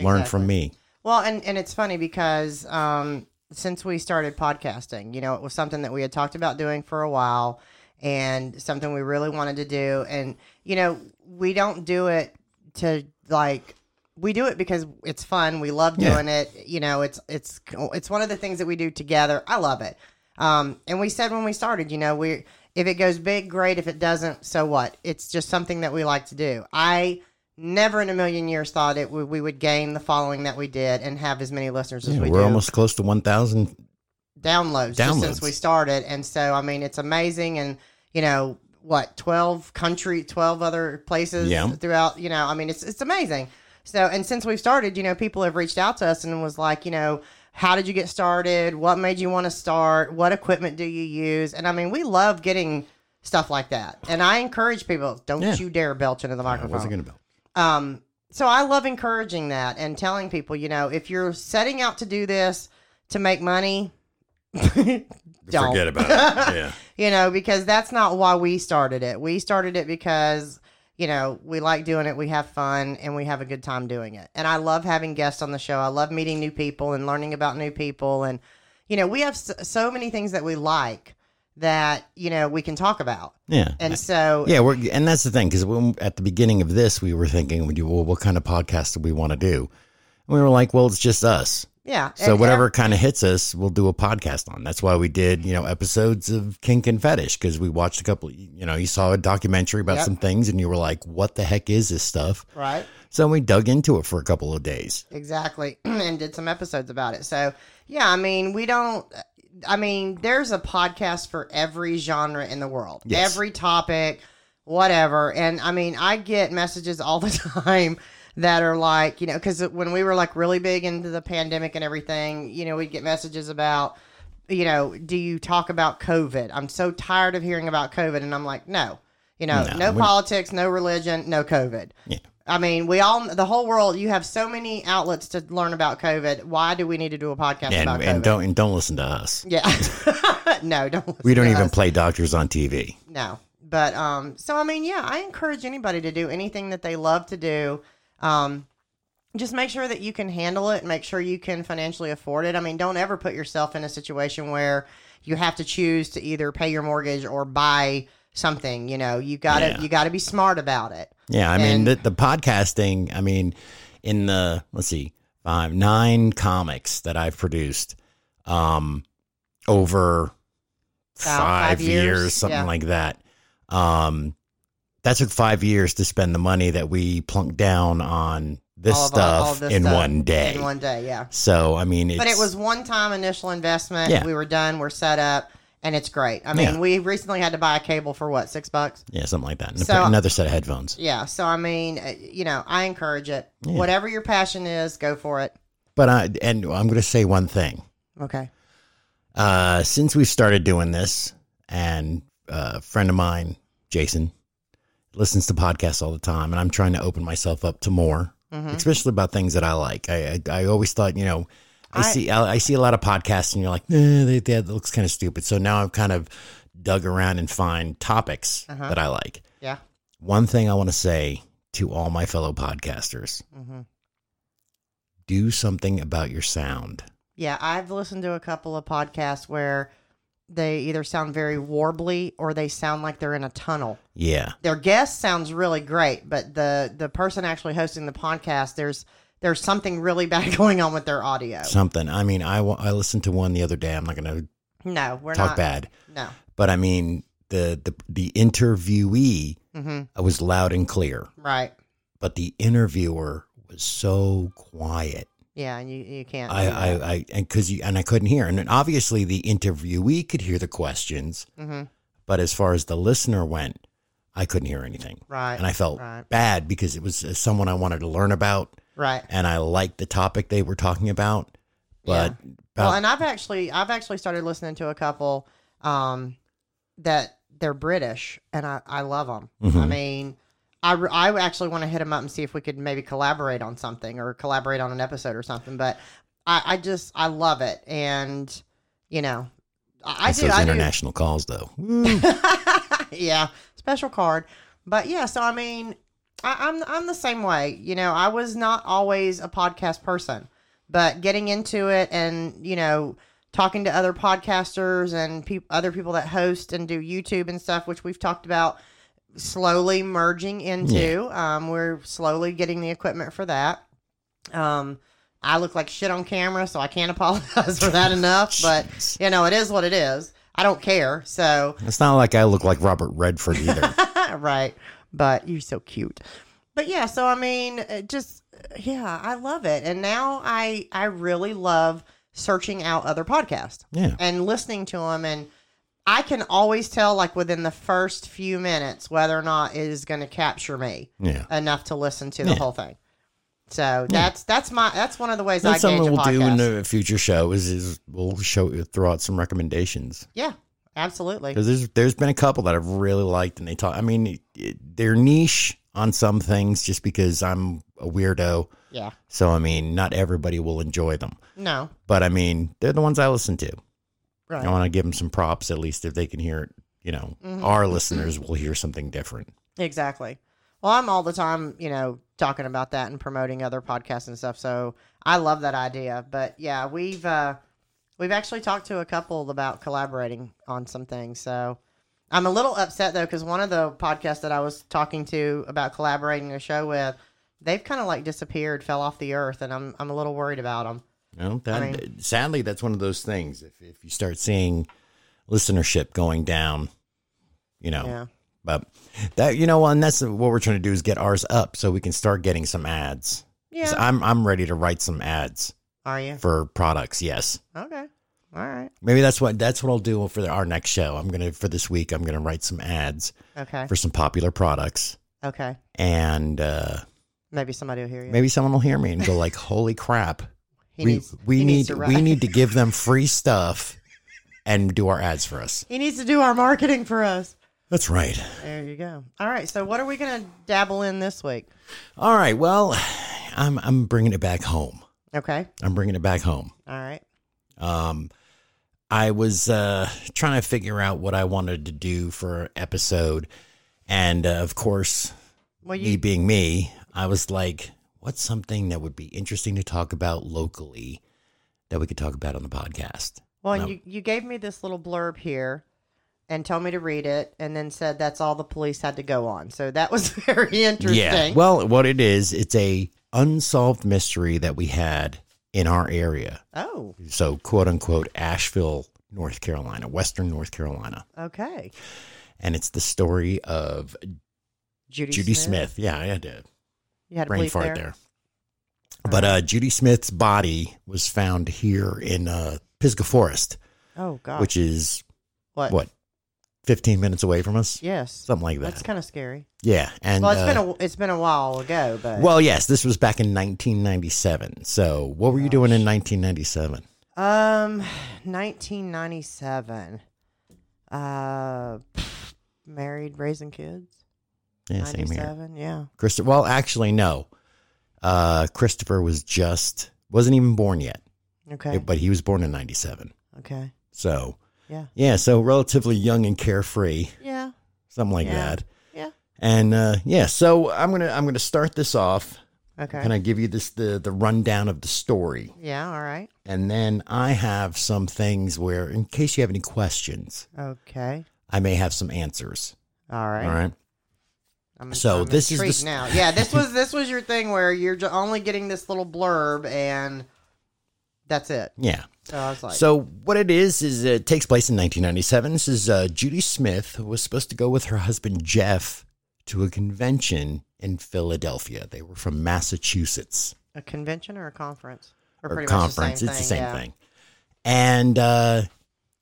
[SPEAKER 1] Learn from me.
[SPEAKER 2] Well, and, and it's funny because um, since we started podcasting, you know, it was something that we had talked about doing for a while and something we really wanted to do. And, you know, we don't do it to like, we do it because it's fun. We love
[SPEAKER 1] Yeah.
[SPEAKER 2] doing it. You know, it's, it's, it's one of the things that we do together. I love it. Um, and we said when we started, you know, we, if it goes big, great. If it doesn't, so what? It's just something that we like to do. I, never in a million years thought it we, we would gain the following that we did and have as many listeners as
[SPEAKER 1] Yeah,
[SPEAKER 2] we
[SPEAKER 1] we're
[SPEAKER 2] do
[SPEAKER 1] almost close to 1,000.
[SPEAKER 2] downloads, just since
[SPEAKER 1] Downloads.
[SPEAKER 2] we started and so i mean it's amazing and you know what 12 country 12 other places
[SPEAKER 1] Yeah.
[SPEAKER 2] throughout you know i mean it's it's amazing so and since we've started you know people have reached out to us and was like you know how did you get started what made you want to start what equipment do you use and i mean we love getting stuff like that and i encourage people don't
[SPEAKER 1] Yeah.
[SPEAKER 2] you dare belch into the
[SPEAKER 1] I
[SPEAKER 2] microphone
[SPEAKER 1] wasn't going to build.
[SPEAKER 2] um, so I love encouraging that and telling people, you know, if you're setting out to do this to make money, don't
[SPEAKER 1] Forget about it. Yeah.
[SPEAKER 2] you know, because that's not why we started it. We started it because, you know, we like doing it, we have fun, and we have a good time doing it. And I love having guests on the show. I love meeting new people and learning about new people. And, you know, we have so, so many things that we like that, you know, we can talk about.
[SPEAKER 1] Yeah.
[SPEAKER 2] And so,
[SPEAKER 1] Yeah, we're, and that's the thing because at the beginning of this, we were thinking, well, what kind of podcast do we want to do? And we were like, well, it's just us.
[SPEAKER 2] yeah.
[SPEAKER 1] So
[SPEAKER 2] and-
[SPEAKER 1] whatever kind of hits us, we'll do a podcast on. That's why we did, you know, episodes of Kink and Fetish because we watched a couple. You know, you saw a documentary about
[SPEAKER 2] Yep.
[SPEAKER 1] some things, and you were like, "What the heck is this stuff?"
[SPEAKER 2] Right.
[SPEAKER 1] So we dug into it for a couple of days.
[SPEAKER 2] Exactly. and did some episodes about it. So, yeah, I mean, we don't. I mean, there's a podcast for every genre in the world,
[SPEAKER 1] Yes.
[SPEAKER 2] every topic, whatever. And I mean, I get messages all the time that are like, you know, because when we were like really big into the pandemic and everything, you know, we'd get messages about, you know, do you talk about COVID? I'm so tired of hearing about COVID. And I'm like, no, you know,
[SPEAKER 1] No,
[SPEAKER 2] no
[SPEAKER 1] we-
[SPEAKER 2] politics, no religion, no COVID.
[SPEAKER 1] Yeah,
[SPEAKER 2] I mean, we all, the whole world, you have so many outlets to learn about COVID. Why do we need to do a podcast
[SPEAKER 1] and,
[SPEAKER 2] about COVID?
[SPEAKER 1] and don't and don't listen to us.
[SPEAKER 2] yeah. no, don't. listen
[SPEAKER 1] We don't
[SPEAKER 2] to
[SPEAKER 1] even
[SPEAKER 2] us.
[SPEAKER 1] play doctors on TV.
[SPEAKER 2] No. But, um, so, I mean, yeah, I encourage anybody to do anything that they love to do. Um, just make sure that you can handle it. Make sure you can financially afford it. I mean, don't ever put yourself in a situation where you have to choose to either pay your mortgage or buy something. You know, you gotta,
[SPEAKER 1] Yeah.
[SPEAKER 2] you gotta be smart about it.
[SPEAKER 1] Yeah, I mean
[SPEAKER 2] And-
[SPEAKER 1] the, the podcasting. I mean, in the let's see, five, nine comics that I've produced, um, over
[SPEAKER 2] About
[SPEAKER 1] five,
[SPEAKER 2] five
[SPEAKER 1] years,
[SPEAKER 2] years,
[SPEAKER 1] something
[SPEAKER 2] yeah.
[SPEAKER 1] like that. Um, that took five years to spend the money that we plunked down on this
[SPEAKER 2] All of our- all
[SPEAKER 1] stuff
[SPEAKER 2] of this
[SPEAKER 1] in
[SPEAKER 2] stuff
[SPEAKER 1] one day.
[SPEAKER 2] In one day. Yeah.
[SPEAKER 1] so I mean, it's,
[SPEAKER 2] But it was one time initial investment.
[SPEAKER 1] Yeah.
[SPEAKER 2] We were done. We're set up, and it's great. I mean,
[SPEAKER 1] Yeah.
[SPEAKER 2] we recently had to buy a cable for what six bucks.
[SPEAKER 1] yeah, something like that. And
[SPEAKER 2] So-
[SPEAKER 1] another set of headphones.
[SPEAKER 2] Yeah. So I mean, uh, you know, I encourage it.
[SPEAKER 1] Yeah.
[SPEAKER 2] Whatever your passion is, go for it.
[SPEAKER 1] But I and I'm going to say one thing.
[SPEAKER 2] Okay.
[SPEAKER 1] Uh, since we started doing this, and uh, a friend of mine, Jason, listens to podcasts all the time, and I'm trying to open myself up to more,
[SPEAKER 2] Mhm.
[SPEAKER 1] especially about things that I like. I I, I always thought, you know, I,
[SPEAKER 2] I-
[SPEAKER 1] see I, I see a lot of podcasts, and you're like, eh, that, that looks kind of stupid. So now I've kind of dug around and find topics
[SPEAKER 2] Uh-huh.
[SPEAKER 1] that I like.
[SPEAKER 2] Yeah.
[SPEAKER 1] One thing I want to say to all my fellow podcasters:
[SPEAKER 2] hmm
[SPEAKER 1] do something about your sound.
[SPEAKER 2] Yeah. I've listened to a couple of podcasts where they either sound very warbly or they sound like they're in a tunnel.
[SPEAKER 1] Yeah,
[SPEAKER 2] their guest sounds really great, but the the person actually hosting the podcast, there's there's something really bad going on with their audio.
[SPEAKER 1] something. I mean, I wa- I listened to one the other day. I'm not going to
[SPEAKER 2] No, we're
[SPEAKER 1] talk
[SPEAKER 2] not.
[SPEAKER 1] bad.
[SPEAKER 2] No.
[SPEAKER 1] But I mean, the the the interviewee
[SPEAKER 2] Mm-hmm.
[SPEAKER 1] I was loud and clear,
[SPEAKER 2] Right.
[SPEAKER 1] but the interviewer was so quiet.
[SPEAKER 2] Yeah, and you you can't.
[SPEAKER 1] I I, I and because you and I couldn't hear, and then obviously the interviewee could hear the questions,
[SPEAKER 2] hmm
[SPEAKER 1] but as far as the listener went, I couldn't hear anything,
[SPEAKER 2] Right.
[SPEAKER 1] and I felt
[SPEAKER 2] Right.
[SPEAKER 1] bad because it was uh, someone I wanted to learn about,
[SPEAKER 2] Right.
[SPEAKER 1] and I liked the topic they were talking about, but about-
[SPEAKER 2] Well, and I've actually I've actually started listening to a couple um, that they're British, and I I love them. I
[SPEAKER 1] Mhm.
[SPEAKER 2] mean, I, re- I actually want to hit them up and see if we could maybe collaborate on something or collaborate on an episode or something. But I I just I love it, and you know I, I
[SPEAKER 1] that's
[SPEAKER 2] do
[SPEAKER 1] those
[SPEAKER 2] I do
[SPEAKER 1] international calls though. Woo.
[SPEAKER 2] yeah, special card. But yeah, so I mean, I, I'm I'm the same way. You know, I was not always a podcast person, but getting into it and you know talking to other podcasters and peop other people that host and do YouTube and stuff, which we've talked about slowly merging into. Um, we're slowly getting the equipment for that. Um, I look like shit on camera, so I can't apologize for that enough. But
[SPEAKER 1] Jeez.
[SPEAKER 2] you know, it is what it is. I don't care. So
[SPEAKER 1] It's not like I look like Robert Redford either.
[SPEAKER 2] right. But you're so cute. But yeah, so I mean, it just uh, yeah, I love it. And now I I really love searching out other podcasts
[SPEAKER 1] yeah.
[SPEAKER 2] and listening to them and I can always tell like within the first few minutes whether or not it is going to capture me
[SPEAKER 1] Yeah.
[SPEAKER 2] enough to listen to the
[SPEAKER 1] Yeah.
[SPEAKER 2] whole thing. So that's that's my that's one of the ways
[SPEAKER 1] That's
[SPEAKER 2] I gauge
[SPEAKER 1] something
[SPEAKER 2] a
[SPEAKER 1] we'll do
[SPEAKER 2] podcast.
[SPEAKER 1] in a future show is, is we'll show throw out some recommendations.
[SPEAKER 2] yeah, absolutely.
[SPEAKER 1] because there's there's been a couple that I've really liked, and they talk. I mean, it- they're niche on some things, just because I'm a weirdo.
[SPEAKER 2] Yeah.
[SPEAKER 1] So I mean, not everybody will enjoy them,
[SPEAKER 2] No.
[SPEAKER 1] but I mean, they're the ones I listen to.
[SPEAKER 2] Right.
[SPEAKER 1] I want to give them some props, at least if they can hear it. You know,
[SPEAKER 2] Mhm.
[SPEAKER 1] our listeners will hear something different.
[SPEAKER 2] Exactly. Well, I'm all the time, you know, talking about that and promoting other podcasts and stuff. So I love that idea. But yeah, we've uh, we've actually talked to a couple about collaborating on some things. So I'm a little upset though because one of the podcasts that I was talking to about collaborating a show with, they've kind of like disappeared, fell off the earth, and I'm I'm a little worried about them.
[SPEAKER 1] You know, that,
[SPEAKER 2] I
[SPEAKER 1] sadly, that's one of those things. If if you start seeing listenership going down, you know,
[SPEAKER 2] Yeah.
[SPEAKER 1] but that you know, and that's what we're trying to do is get ours up so we can start getting some ads.
[SPEAKER 2] Yeah.
[SPEAKER 1] 'Cause I'm I'm ready to write some ads
[SPEAKER 2] Are you
[SPEAKER 1] for products. Yes,
[SPEAKER 2] okay? All right.
[SPEAKER 1] maybe that's what that's what I'll do for our next show. I'm gonna for this week. I'm gonna write some ads
[SPEAKER 2] Okay.
[SPEAKER 1] for some popular products,
[SPEAKER 2] Okay.
[SPEAKER 1] and uh,
[SPEAKER 2] Maybe somebody will hear you.
[SPEAKER 1] maybe someone will hear me and go like, "Holy crap!
[SPEAKER 2] he
[SPEAKER 1] we
[SPEAKER 2] needs.
[SPEAKER 1] we
[SPEAKER 2] he
[SPEAKER 1] need
[SPEAKER 2] needs to
[SPEAKER 1] we
[SPEAKER 2] write-
[SPEAKER 1] need to give them free stuff and do our ads for us."
[SPEAKER 2] He needs to do our marketing for us.
[SPEAKER 1] That's right.
[SPEAKER 2] There you go. All right. So, what are we going to dabble in this week?
[SPEAKER 1] All right. Well, I'm I'm bringing it back home.
[SPEAKER 2] Okay.
[SPEAKER 1] I'm bringing it back home.
[SPEAKER 2] All right.
[SPEAKER 1] Um, I was uh, trying to figure out what I wanted to do for episode, and uh, of course,
[SPEAKER 2] Well,
[SPEAKER 1] me
[SPEAKER 2] you.
[SPEAKER 1] being me, I was like, "What's something that would be interesting to talk about locally that we could talk about on the podcast?"
[SPEAKER 2] Well,
[SPEAKER 1] no.
[SPEAKER 2] you, you gave me this little blurb here, and told me to read it, and then said that's all the police had to go on. So that was very interesting.
[SPEAKER 1] Yeah. Well, what it is, it's a unsolved mystery that we had in our area.
[SPEAKER 2] oh.
[SPEAKER 1] So, quote unquote, Asheville, North Carolina, Western North Carolina,
[SPEAKER 2] Okay.
[SPEAKER 1] and it's the story of
[SPEAKER 2] Judy.
[SPEAKER 1] Judy Smith. Yeah, I had to
[SPEAKER 2] You had a
[SPEAKER 1] brain
[SPEAKER 2] bleep
[SPEAKER 1] fart
[SPEAKER 2] there. Uh-huh.
[SPEAKER 1] there. But uh, Judy Smith's body was found here in uh, Pisgah Forest,
[SPEAKER 2] Oh God.
[SPEAKER 1] which is
[SPEAKER 2] what?
[SPEAKER 1] what, fifteen minutes away from us,
[SPEAKER 2] Yes.
[SPEAKER 1] something like that.
[SPEAKER 2] That's kind of scary.
[SPEAKER 1] yeah, and
[SPEAKER 2] Well, it's
[SPEAKER 1] uh,
[SPEAKER 2] been a it's been a while ago, but
[SPEAKER 1] well, yes, this was back in 1997. So, what were
[SPEAKER 2] Oh,
[SPEAKER 1] you doing in 1997?
[SPEAKER 2] Um, 1997. Uh, married, raising kids.
[SPEAKER 1] Yeah, same here.
[SPEAKER 2] 97. Yeah.
[SPEAKER 1] Christopher. Well, actually, no. Uh, Christopher was just wasn't even born yet,
[SPEAKER 2] Okay.
[SPEAKER 1] but he was born in 97.
[SPEAKER 2] okay.
[SPEAKER 1] So,
[SPEAKER 2] Yeah.
[SPEAKER 1] yeah, so relatively young and carefree,
[SPEAKER 2] Yeah.
[SPEAKER 1] something like
[SPEAKER 2] Yeah.
[SPEAKER 1] that.
[SPEAKER 2] Yeah.
[SPEAKER 1] And uh, yeah, so I'm gonna I'm gonna start this off.
[SPEAKER 2] Okay.
[SPEAKER 1] Kind of give you this the the rundown of the story,
[SPEAKER 2] yeah. All right.
[SPEAKER 1] and then I have some things where, in case you have any questions,
[SPEAKER 2] Okay.
[SPEAKER 1] I may have some answers.
[SPEAKER 2] All right.
[SPEAKER 1] All right.
[SPEAKER 2] I'm,
[SPEAKER 1] So
[SPEAKER 2] I'm
[SPEAKER 1] this is the
[SPEAKER 2] intrigued
[SPEAKER 1] s-
[SPEAKER 2] now. Yeah. This was this was your thing where you're ju- only getting this little blurb and that's it.
[SPEAKER 1] Yeah.
[SPEAKER 2] So I was like,
[SPEAKER 1] So what it is is it takes place in 1997. This is uh, Judy Smith who was supposed to go with her husband Jeff to a convention in Philadelphia. They were from Massachusetts.
[SPEAKER 2] a convention or a conference or,
[SPEAKER 1] or
[SPEAKER 2] pretty
[SPEAKER 1] conference.
[SPEAKER 2] Much the same
[SPEAKER 1] it's
[SPEAKER 2] thing,
[SPEAKER 1] the same
[SPEAKER 2] yeah.
[SPEAKER 1] thing. And uh,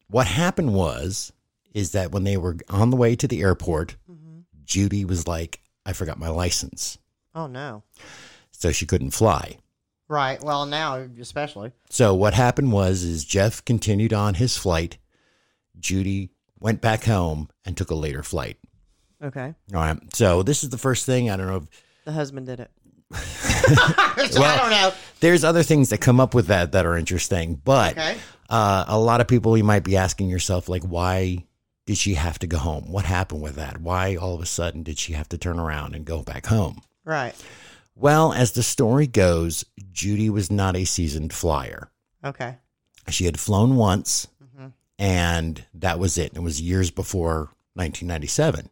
[SPEAKER 1] what happened was is that when they were on the way to the airport,
[SPEAKER 2] Mm-hmm.
[SPEAKER 1] Judy was like, "I forgot my license,"
[SPEAKER 2] Oh no.
[SPEAKER 1] so she couldn't fly.
[SPEAKER 2] Right. Well, now especially.
[SPEAKER 1] So what happened was is Jeff continued on his flight. Judy went back home and took a later flight.
[SPEAKER 2] Okay.
[SPEAKER 1] All right. So this is the first thing. I don't know. If,
[SPEAKER 2] The husband did it. I
[SPEAKER 1] Well-
[SPEAKER 2] don't know.
[SPEAKER 1] there's other things that come up with that that are interesting, but
[SPEAKER 2] Okay.
[SPEAKER 1] uh, a lot of people you might be asking yourself like why did she have to go home what happened with that why all of a sudden did she have to turn around and go back home
[SPEAKER 2] Right.
[SPEAKER 1] Well, as the story goes, Judy was not a seasoned flyer.
[SPEAKER 2] Okay.
[SPEAKER 1] She had flown once,
[SPEAKER 2] hmm
[SPEAKER 1] and that was it. It was years before 1997.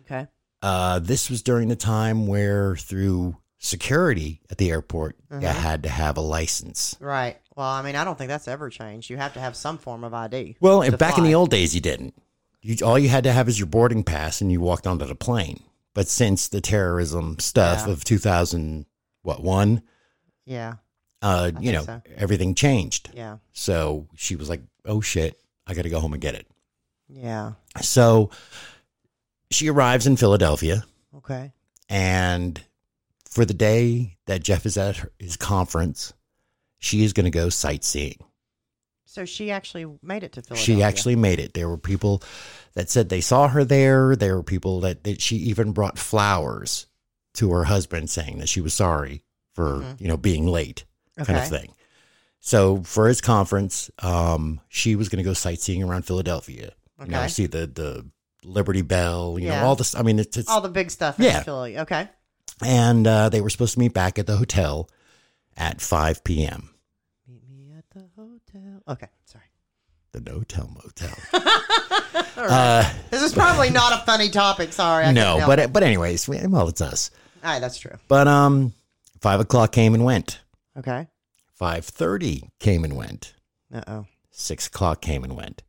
[SPEAKER 2] Okay.
[SPEAKER 1] Uh, this was during the time where, through security at the airport, you
[SPEAKER 2] Uh-huh.
[SPEAKER 1] had to have a license.
[SPEAKER 2] Right. Well, I mean, I don't think that's ever changed. You have to have some form of ID.
[SPEAKER 1] Well,
[SPEAKER 2] to
[SPEAKER 1] back in the
[SPEAKER 2] fly.
[SPEAKER 1] old days, you didn't. You, all you had to have is your boarding pass, and you walked onto the plane. But since the terrorism stuff
[SPEAKER 2] Yeah.
[SPEAKER 1] of 2000, what one,
[SPEAKER 2] Yeah.
[SPEAKER 1] uh,
[SPEAKER 2] I
[SPEAKER 1] you
[SPEAKER 2] think
[SPEAKER 1] know,
[SPEAKER 2] so.
[SPEAKER 1] everything changed.
[SPEAKER 2] Yeah.
[SPEAKER 1] So she was like, "Oh shit, I got to go home and get it."
[SPEAKER 2] Yeah.
[SPEAKER 1] So she arrives in Philadelphia,
[SPEAKER 2] Okay.
[SPEAKER 1] and for the day that Jeff is at her, his conference, she is going to go sightseeing.
[SPEAKER 2] So she actually made it to Philadelphia.
[SPEAKER 1] She actually made it. There were people that said they saw her there. There were people that, that she even brought flowers to her husband saying that she was sorry for,
[SPEAKER 2] Mhm.
[SPEAKER 1] you know, being late
[SPEAKER 2] okay.
[SPEAKER 1] kind of thing. So for his conference, um, she was going to go sightseeing around Philadelphia. You know,
[SPEAKER 2] Okay.
[SPEAKER 1] see the, the Liberty Bell, you
[SPEAKER 2] Yeah.
[SPEAKER 1] know, all this. I mean, it's, it's
[SPEAKER 2] All the big stuff
[SPEAKER 1] Yeah.
[SPEAKER 2] in Philly. Okay.
[SPEAKER 1] and uh, they were supposed to meet back at the hotel at 5 p.m.
[SPEAKER 2] Meet me at the hotel. Okay. Sorry.
[SPEAKER 1] The no hotel motel.
[SPEAKER 2] All right.
[SPEAKER 1] Uh,
[SPEAKER 2] this is probably not a funny topic. Sorry. I couldn't
[SPEAKER 1] no,
[SPEAKER 2] help
[SPEAKER 1] but
[SPEAKER 2] it.
[SPEAKER 1] but anyways, we- well, it's us.
[SPEAKER 2] All right. That's true.
[SPEAKER 1] But um, five o'clock came and went.
[SPEAKER 2] Okay.
[SPEAKER 1] Five thirty came and went.
[SPEAKER 2] Uh oh.
[SPEAKER 1] Six o'clock came and went.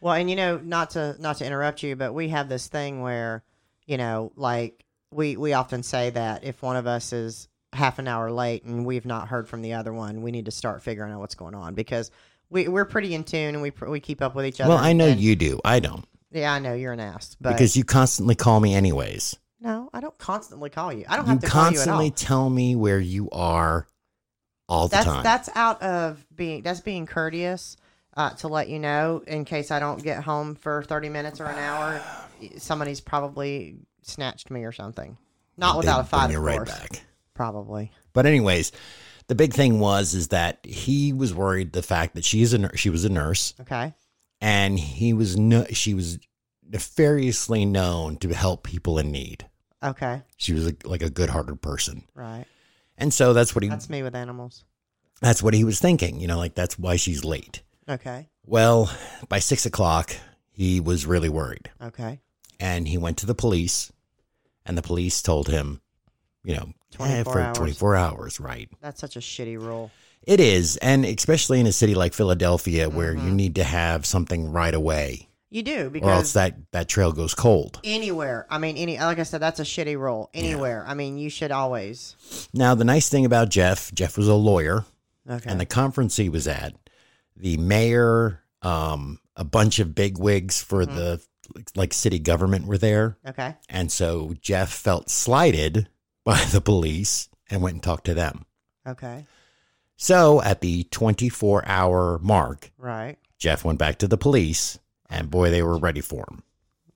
[SPEAKER 2] Well, and you know, not to not to interrupt you, but we have this thing where, you know, like we we often say that if one of us is half an hour late and we've not heard from the other one, we need to start figuring out what's going on because we we're pretty in tune and we pr- we keep up with each other.
[SPEAKER 1] Well, I know
[SPEAKER 2] and-
[SPEAKER 1] you do. I don't
[SPEAKER 2] Yeah, I know you're an ass, but
[SPEAKER 1] because you constantly call me anyways.
[SPEAKER 2] no, I don't constantly call you. I don't
[SPEAKER 1] You
[SPEAKER 2] have to call you at
[SPEAKER 1] constantly
[SPEAKER 2] all.
[SPEAKER 1] tell me where you are all the
[SPEAKER 2] That's
[SPEAKER 1] time.
[SPEAKER 2] that's out of being that's being courteous. Uh, to let you know, in case I don't get home for thirty minutes or an hour, somebody's probably snatched me or something. Not
[SPEAKER 1] They
[SPEAKER 2] without a
[SPEAKER 1] bring
[SPEAKER 2] fight,
[SPEAKER 1] you
[SPEAKER 2] of
[SPEAKER 1] right
[SPEAKER 2] course.
[SPEAKER 1] back.
[SPEAKER 2] Probably.
[SPEAKER 1] But anyways, the big thing was is that he was worried the fact that she's a nur- she was a nurse
[SPEAKER 2] Okay.
[SPEAKER 1] and he was no- she was nefariously known to help people in need.
[SPEAKER 2] Okay.
[SPEAKER 1] She was a, like a good-hearted person.
[SPEAKER 2] Right.
[SPEAKER 1] And so that's what he
[SPEAKER 2] That's me with animals.
[SPEAKER 1] that's what he was thinking, you know, like that's why she's late.
[SPEAKER 2] Okay.
[SPEAKER 1] Well, by 6 o'clock, he was really worried
[SPEAKER 2] Okay.
[SPEAKER 1] and he went to the police and the police told him, you know, eh,
[SPEAKER 2] 24
[SPEAKER 1] for
[SPEAKER 2] hours.
[SPEAKER 1] 24 hours, right?
[SPEAKER 2] That's such a shitty rule.
[SPEAKER 1] It is, and especially in a city like Philadelphia where you
[SPEAKER 2] Mhm.
[SPEAKER 1] need to have something right away
[SPEAKER 2] You do because
[SPEAKER 1] or else that that trail goes cold.
[SPEAKER 2] anywhere. I mean, any like I said, that's a shitty rule. Anywhere. I mean, you should always.
[SPEAKER 1] Now, the nice thing about Jeff, Jeff was a lawyer
[SPEAKER 2] Okay.
[SPEAKER 1] and the conference he was at, the mayor, um, a bunch of bigwigs for
[SPEAKER 2] Mhm.
[SPEAKER 1] the like city government were there.
[SPEAKER 2] okay.
[SPEAKER 1] And so Jeff felt slighted by the police and went and talked to them.
[SPEAKER 2] Okay.
[SPEAKER 1] So at the 24 hour mark,
[SPEAKER 2] Right.
[SPEAKER 1] Jeff went back to the police and boy, they were ready for him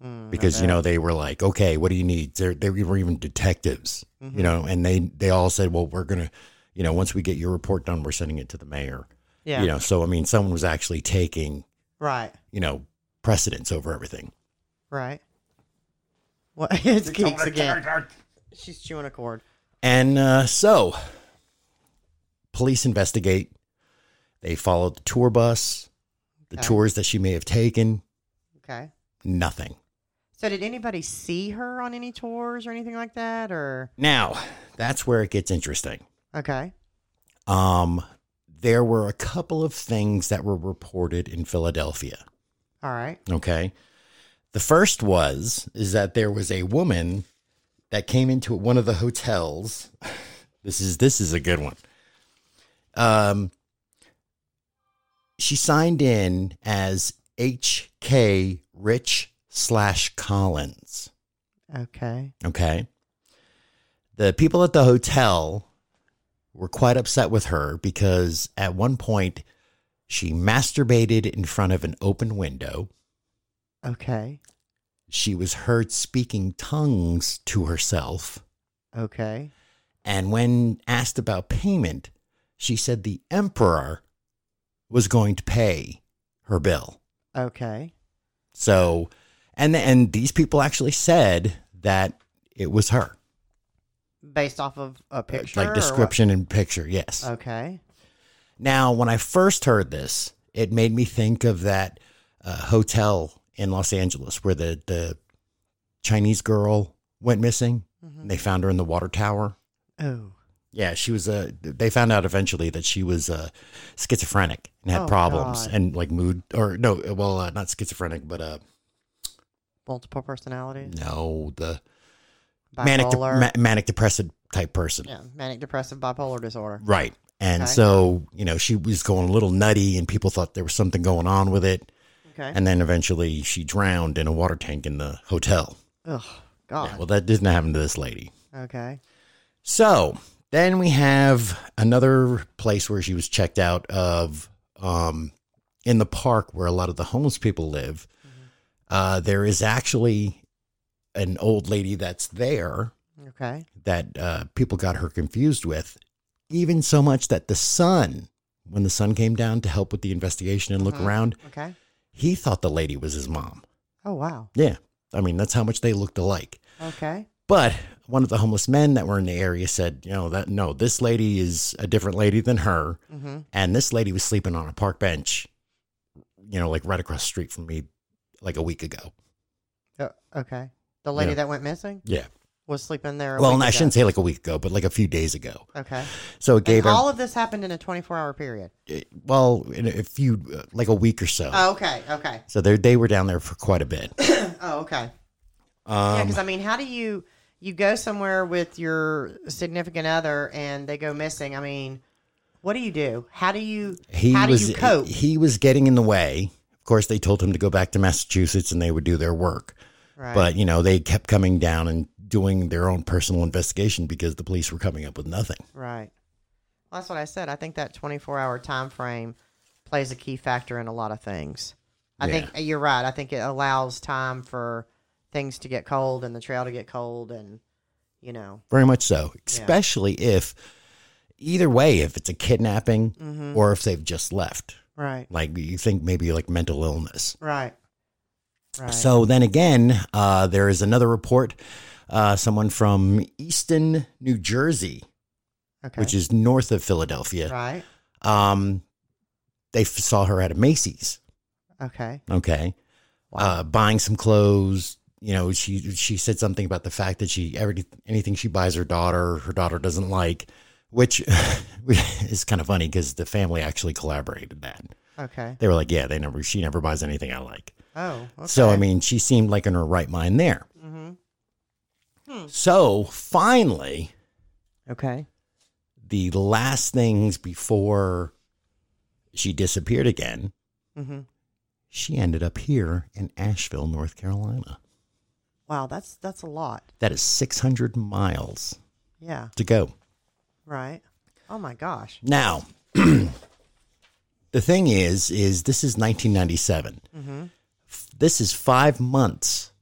[SPEAKER 2] Mm, I
[SPEAKER 1] because, you
[SPEAKER 2] bet.
[SPEAKER 1] know, they were like, okay, what do you need? They're, they were even detectives,
[SPEAKER 2] Mhm.
[SPEAKER 1] you know, and they, they all said, well, we're going to, you know, once we get your report done, we're sending it to the mayor.
[SPEAKER 2] Yeah.
[SPEAKER 1] You know, so I mean, someone was actually taking,
[SPEAKER 2] Right.
[SPEAKER 1] you know, precedence over everything.
[SPEAKER 2] Right. What? it's geeks again. She's chewing a cord.
[SPEAKER 1] And uh, so, police investigate. They followed the tour bus, the
[SPEAKER 2] Okay.
[SPEAKER 1] tours that she may have taken,
[SPEAKER 2] Okay.
[SPEAKER 1] nothing.
[SPEAKER 2] So did anybody see her on any tours or anything like that? Or
[SPEAKER 1] Now, that's where it gets interesting.
[SPEAKER 2] okay.
[SPEAKER 1] Um, there were a couple of things that were reported in Philadelphia.
[SPEAKER 2] All right.
[SPEAKER 1] Okay. The first was is that there was a woman that came into one of the hotels. This is this is a good one. Um she signed in as HK Rich slash Collins.
[SPEAKER 2] Okay.
[SPEAKER 1] Okay. The people at the hotel were quite upset with her because at one point she masturbated in front of an open window.
[SPEAKER 2] Okay.
[SPEAKER 1] she was heard speaking tongues to herself.
[SPEAKER 2] Okay.
[SPEAKER 1] And when asked about payment, she said the emperor was going to pay her bill.
[SPEAKER 2] Okay.
[SPEAKER 1] So, and and these people actually said that it was her.
[SPEAKER 2] based off of a picture, or
[SPEAKER 1] like
[SPEAKER 2] what?
[SPEAKER 1] description and picture. Yes.
[SPEAKER 2] Okay.
[SPEAKER 1] Now, when I first heard this, it made me think of that uh, hotel in Los Angeles where the, the Chinese girl went missing.
[SPEAKER 2] Mm-hmm.
[SPEAKER 1] And they found her in the water tower.
[SPEAKER 2] Oh.
[SPEAKER 1] Yeah, she was a. They found out eventually that she was uh, schizophrenic and had
[SPEAKER 2] Oh,
[SPEAKER 1] problems
[SPEAKER 2] God.
[SPEAKER 1] and like mood or no, well, uh, not schizophrenic, but uh,
[SPEAKER 2] Multiple personalities.
[SPEAKER 1] no, the manic de-
[SPEAKER 2] Bipolar.
[SPEAKER 1] ma- manic depressive type person.
[SPEAKER 2] yeah. Manic depressive bipolar disorder.
[SPEAKER 1] Right. And
[SPEAKER 2] Okay.
[SPEAKER 1] so, you know, she was going a little nutty and people thought there was something going on with it.
[SPEAKER 2] Okay.
[SPEAKER 1] Mm. And then eventually she drowned in a water tank in the hotel.
[SPEAKER 2] Ugh.
[SPEAKER 1] Yeah,
[SPEAKER 2] God.
[SPEAKER 1] well, that didn't happen to this lady.
[SPEAKER 2] okay.
[SPEAKER 1] So then we have another place where she was checked out of um, in the park where a lot of the homeless people live. Uh, there is actually an old lady that's there
[SPEAKER 2] Okay.
[SPEAKER 1] that uh, people got her confused with, even so much that the son, when the son came down to help with the investigation and look
[SPEAKER 2] Mhm.
[SPEAKER 1] around,
[SPEAKER 2] Okay.
[SPEAKER 1] he thought the lady was his mom.
[SPEAKER 2] Oh wow.
[SPEAKER 1] Yeah. I mean, that's how much they looked alike.
[SPEAKER 2] Okay.
[SPEAKER 1] But one of the homeless men that were in the area said, you know, that no, this lady is a different lady than her.
[SPEAKER 2] Mm-hmm.
[SPEAKER 1] And this lady was sleeping on a park bench, you know, like right across the street from me like a week ago.
[SPEAKER 2] Uh, okay. The lady
[SPEAKER 1] Yeah.
[SPEAKER 2] that went missing
[SPEAKER 1] Yeah.
[SPEAKER 2] was sleeping there. a
[SPEAKER 1] Well,
[SPEAKER 2] week
[SPEAKER 1] and I
[SPEAKER 2] ago.
[SPEAKER 1] shouldn't say like a week ago, but like a few days ago.
[SPEAKER 2] Okay.
[SPEAKER 1] So it gave
[SPEAKER 2] And
[SPEAKER 1] her, eh,
[SPEAKER 2] all of this happened in a 24 hour period.
[SPEAKER 1] well, in a few, uh, like a week or so.
[SPEAKER 2] Oh, okay. Okay.
[SPEAKER 1] So they they were down there for quite a bit.
[SPEAKER 2] Oh, okay. Yeah,
[SPEAKER 1] Um,
[SPEAKER 2] because I mean, how do you you go somewhere with your significant other and they go missing? I mean, what do you do? How do you
[SPEAKER 1] he
[SPEAKER 2] how
[SPEAKER 1] was
[SPEAKER 2] do you cope?
[SPEAKER 1] he was getting in the way. Of course, they told him to go back to Massachusetts and they would do their work.
[SPEAKER 2] right.
[SPEAKER 1] But you know, they kept coming down and doing their own personal investigation because the police were coming up with nothing.
[SPEAKER 2] right. Well, that's what I said. I think that 24 hour time frame plays a key factor in a lot of things. I think you're right. I think it allows time for things to get cold and the trail to get cold and you know.
[SPEAKER 1] Very much so, especially if either way, if it's a kidnapping
[SPEAKER 2] Mhm.
[SPEAKER 1] or if they've just left.
[SPEAKER 2] Right.
[SPEAKER 1] Like you think maybe like mental illness.
[SPEAKER 2] Right. Right.
[SPEAKER 1] So then again, uh, there is another report. Uh, someone from Easton, New Jersey,
[SPEAKER 2] okay.
[SPEAKER 1] which is north of Philadelphia,
[SPEAKER 2] right.
[SPEAKER 1] um, they f- saw her at a Macy's.
[SPEAKER 2] Okay.
[SPEAKER 1] Okay, uh, buying some clothes. You know, she she said something about the fact that she every anything she buys her daughter, her daughter doesn't like, which is kind of funny because the family actually collaborated that.
[SPEAKER 2] Okay.
[SPEAKER 1] They were like, yeah, they never she never buys anything I like.
[SPEAKER 2] Oh. Okay.
[SPEAKER 1] So I mean, she seemed like in her right mind there.
[SPEAKER 2] Mhm.
[SPEAKER 1] So finally,
[SPEAKER 2] Okay.
[SPEAKER 1] the last things before she disappeared again,
[SPEAKER 2] Mhm.
[SPEAKER 1] she ended up here in Asheville, North Carolina.
[SPEAKER 2] Wow, that's that's a lot.
[SPEAKER 1] That is 600 miles
[SPEAKER 2] Yeah,
[SPEAKER 1] to go.
[SPEAKER 2] right. Oh my gosh.
[SPEAKER 1] Now, the thing is, is this is 1997. F- This is five months,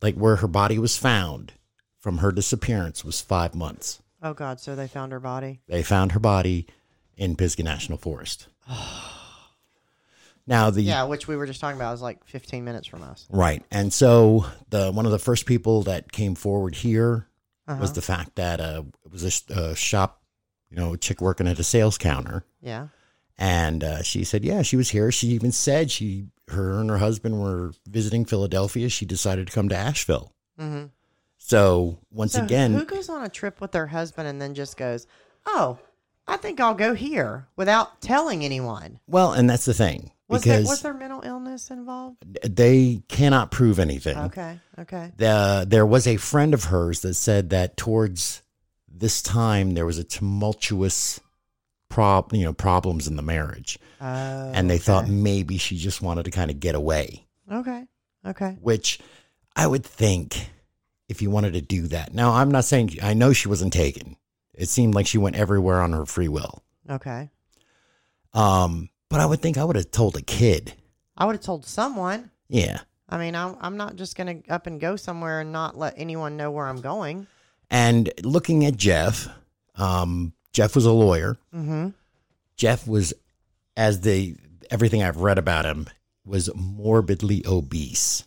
[SPEAKER 1] like where her body was found from her disappearance was five months.
[SPEAKER 2] Oh God. So they found her body.
[SPEAKER 1] They found her body in Pisgah National Forest. now the
[SPEAKER 2] Yeah, which we were just talking about is like 15 minutes from us.
[SPEAKER 1] right, and so the one of the first people that came forward here was the fact that uh, it was a sh- a shop, you know, a chick working at a sales counter,
[SPEAKER 2] Yeah.
[SPEAKER 1] and uh, she said, yeah, she was here. She even said she, her and her husband were visiting Philadelphia. She decided to come to Asheville.
[SPEAKER 2] Mm-hmm.
[SPEAKER 1] So once
[SPEAKER 2] So
[SPEAKER 1] again,
[SPEAKER 2] who goes on a trip with their husband and then just goes, "Oh, I think I'll go here" without telling anyone?
[SPEAKER 1] well, and that's the thing
[SPEAKER 2] Was there
[SPEAKER 1] because
[SPEAKER 2] was there mental illness involved?
[SPEAKER 1] they cannot prove anything.
[SPEAKER 2] Okay. Okay.
[SPEAKER 1] the, there was a friend of hers that said that towards this time there was a tumultuous prob you know problems in the marriage
[SPEAKER 2] Oh.
[SPEAKER 1] and they thought maybe she just wanted to kind of get away
[SPEAKER 2] Okay. Okay.
[SPEAKER 1] which i would think if you wanted to do that now i'm not saying i know she wasn't taken it seemed like she went everywhere on her free will
[SPEAKER 2] Okay.
[SPEAKER 1] um but i would think i would have told a kid
[SPEAKER 2] I would have told someone.
[SPEAKER 1] yeah
[SPEAKER 2] I mean, I'm I'm not just gonna up and go somewhere and not let anyone know where I'm going.
[SPEAKER 1] and looking at jeff um jeff was a lawyer
[SPEAKER 2] Mm-hmm.
[SPEAKER 1] Jeff was, as the everything I've read about him, was morbidly obese.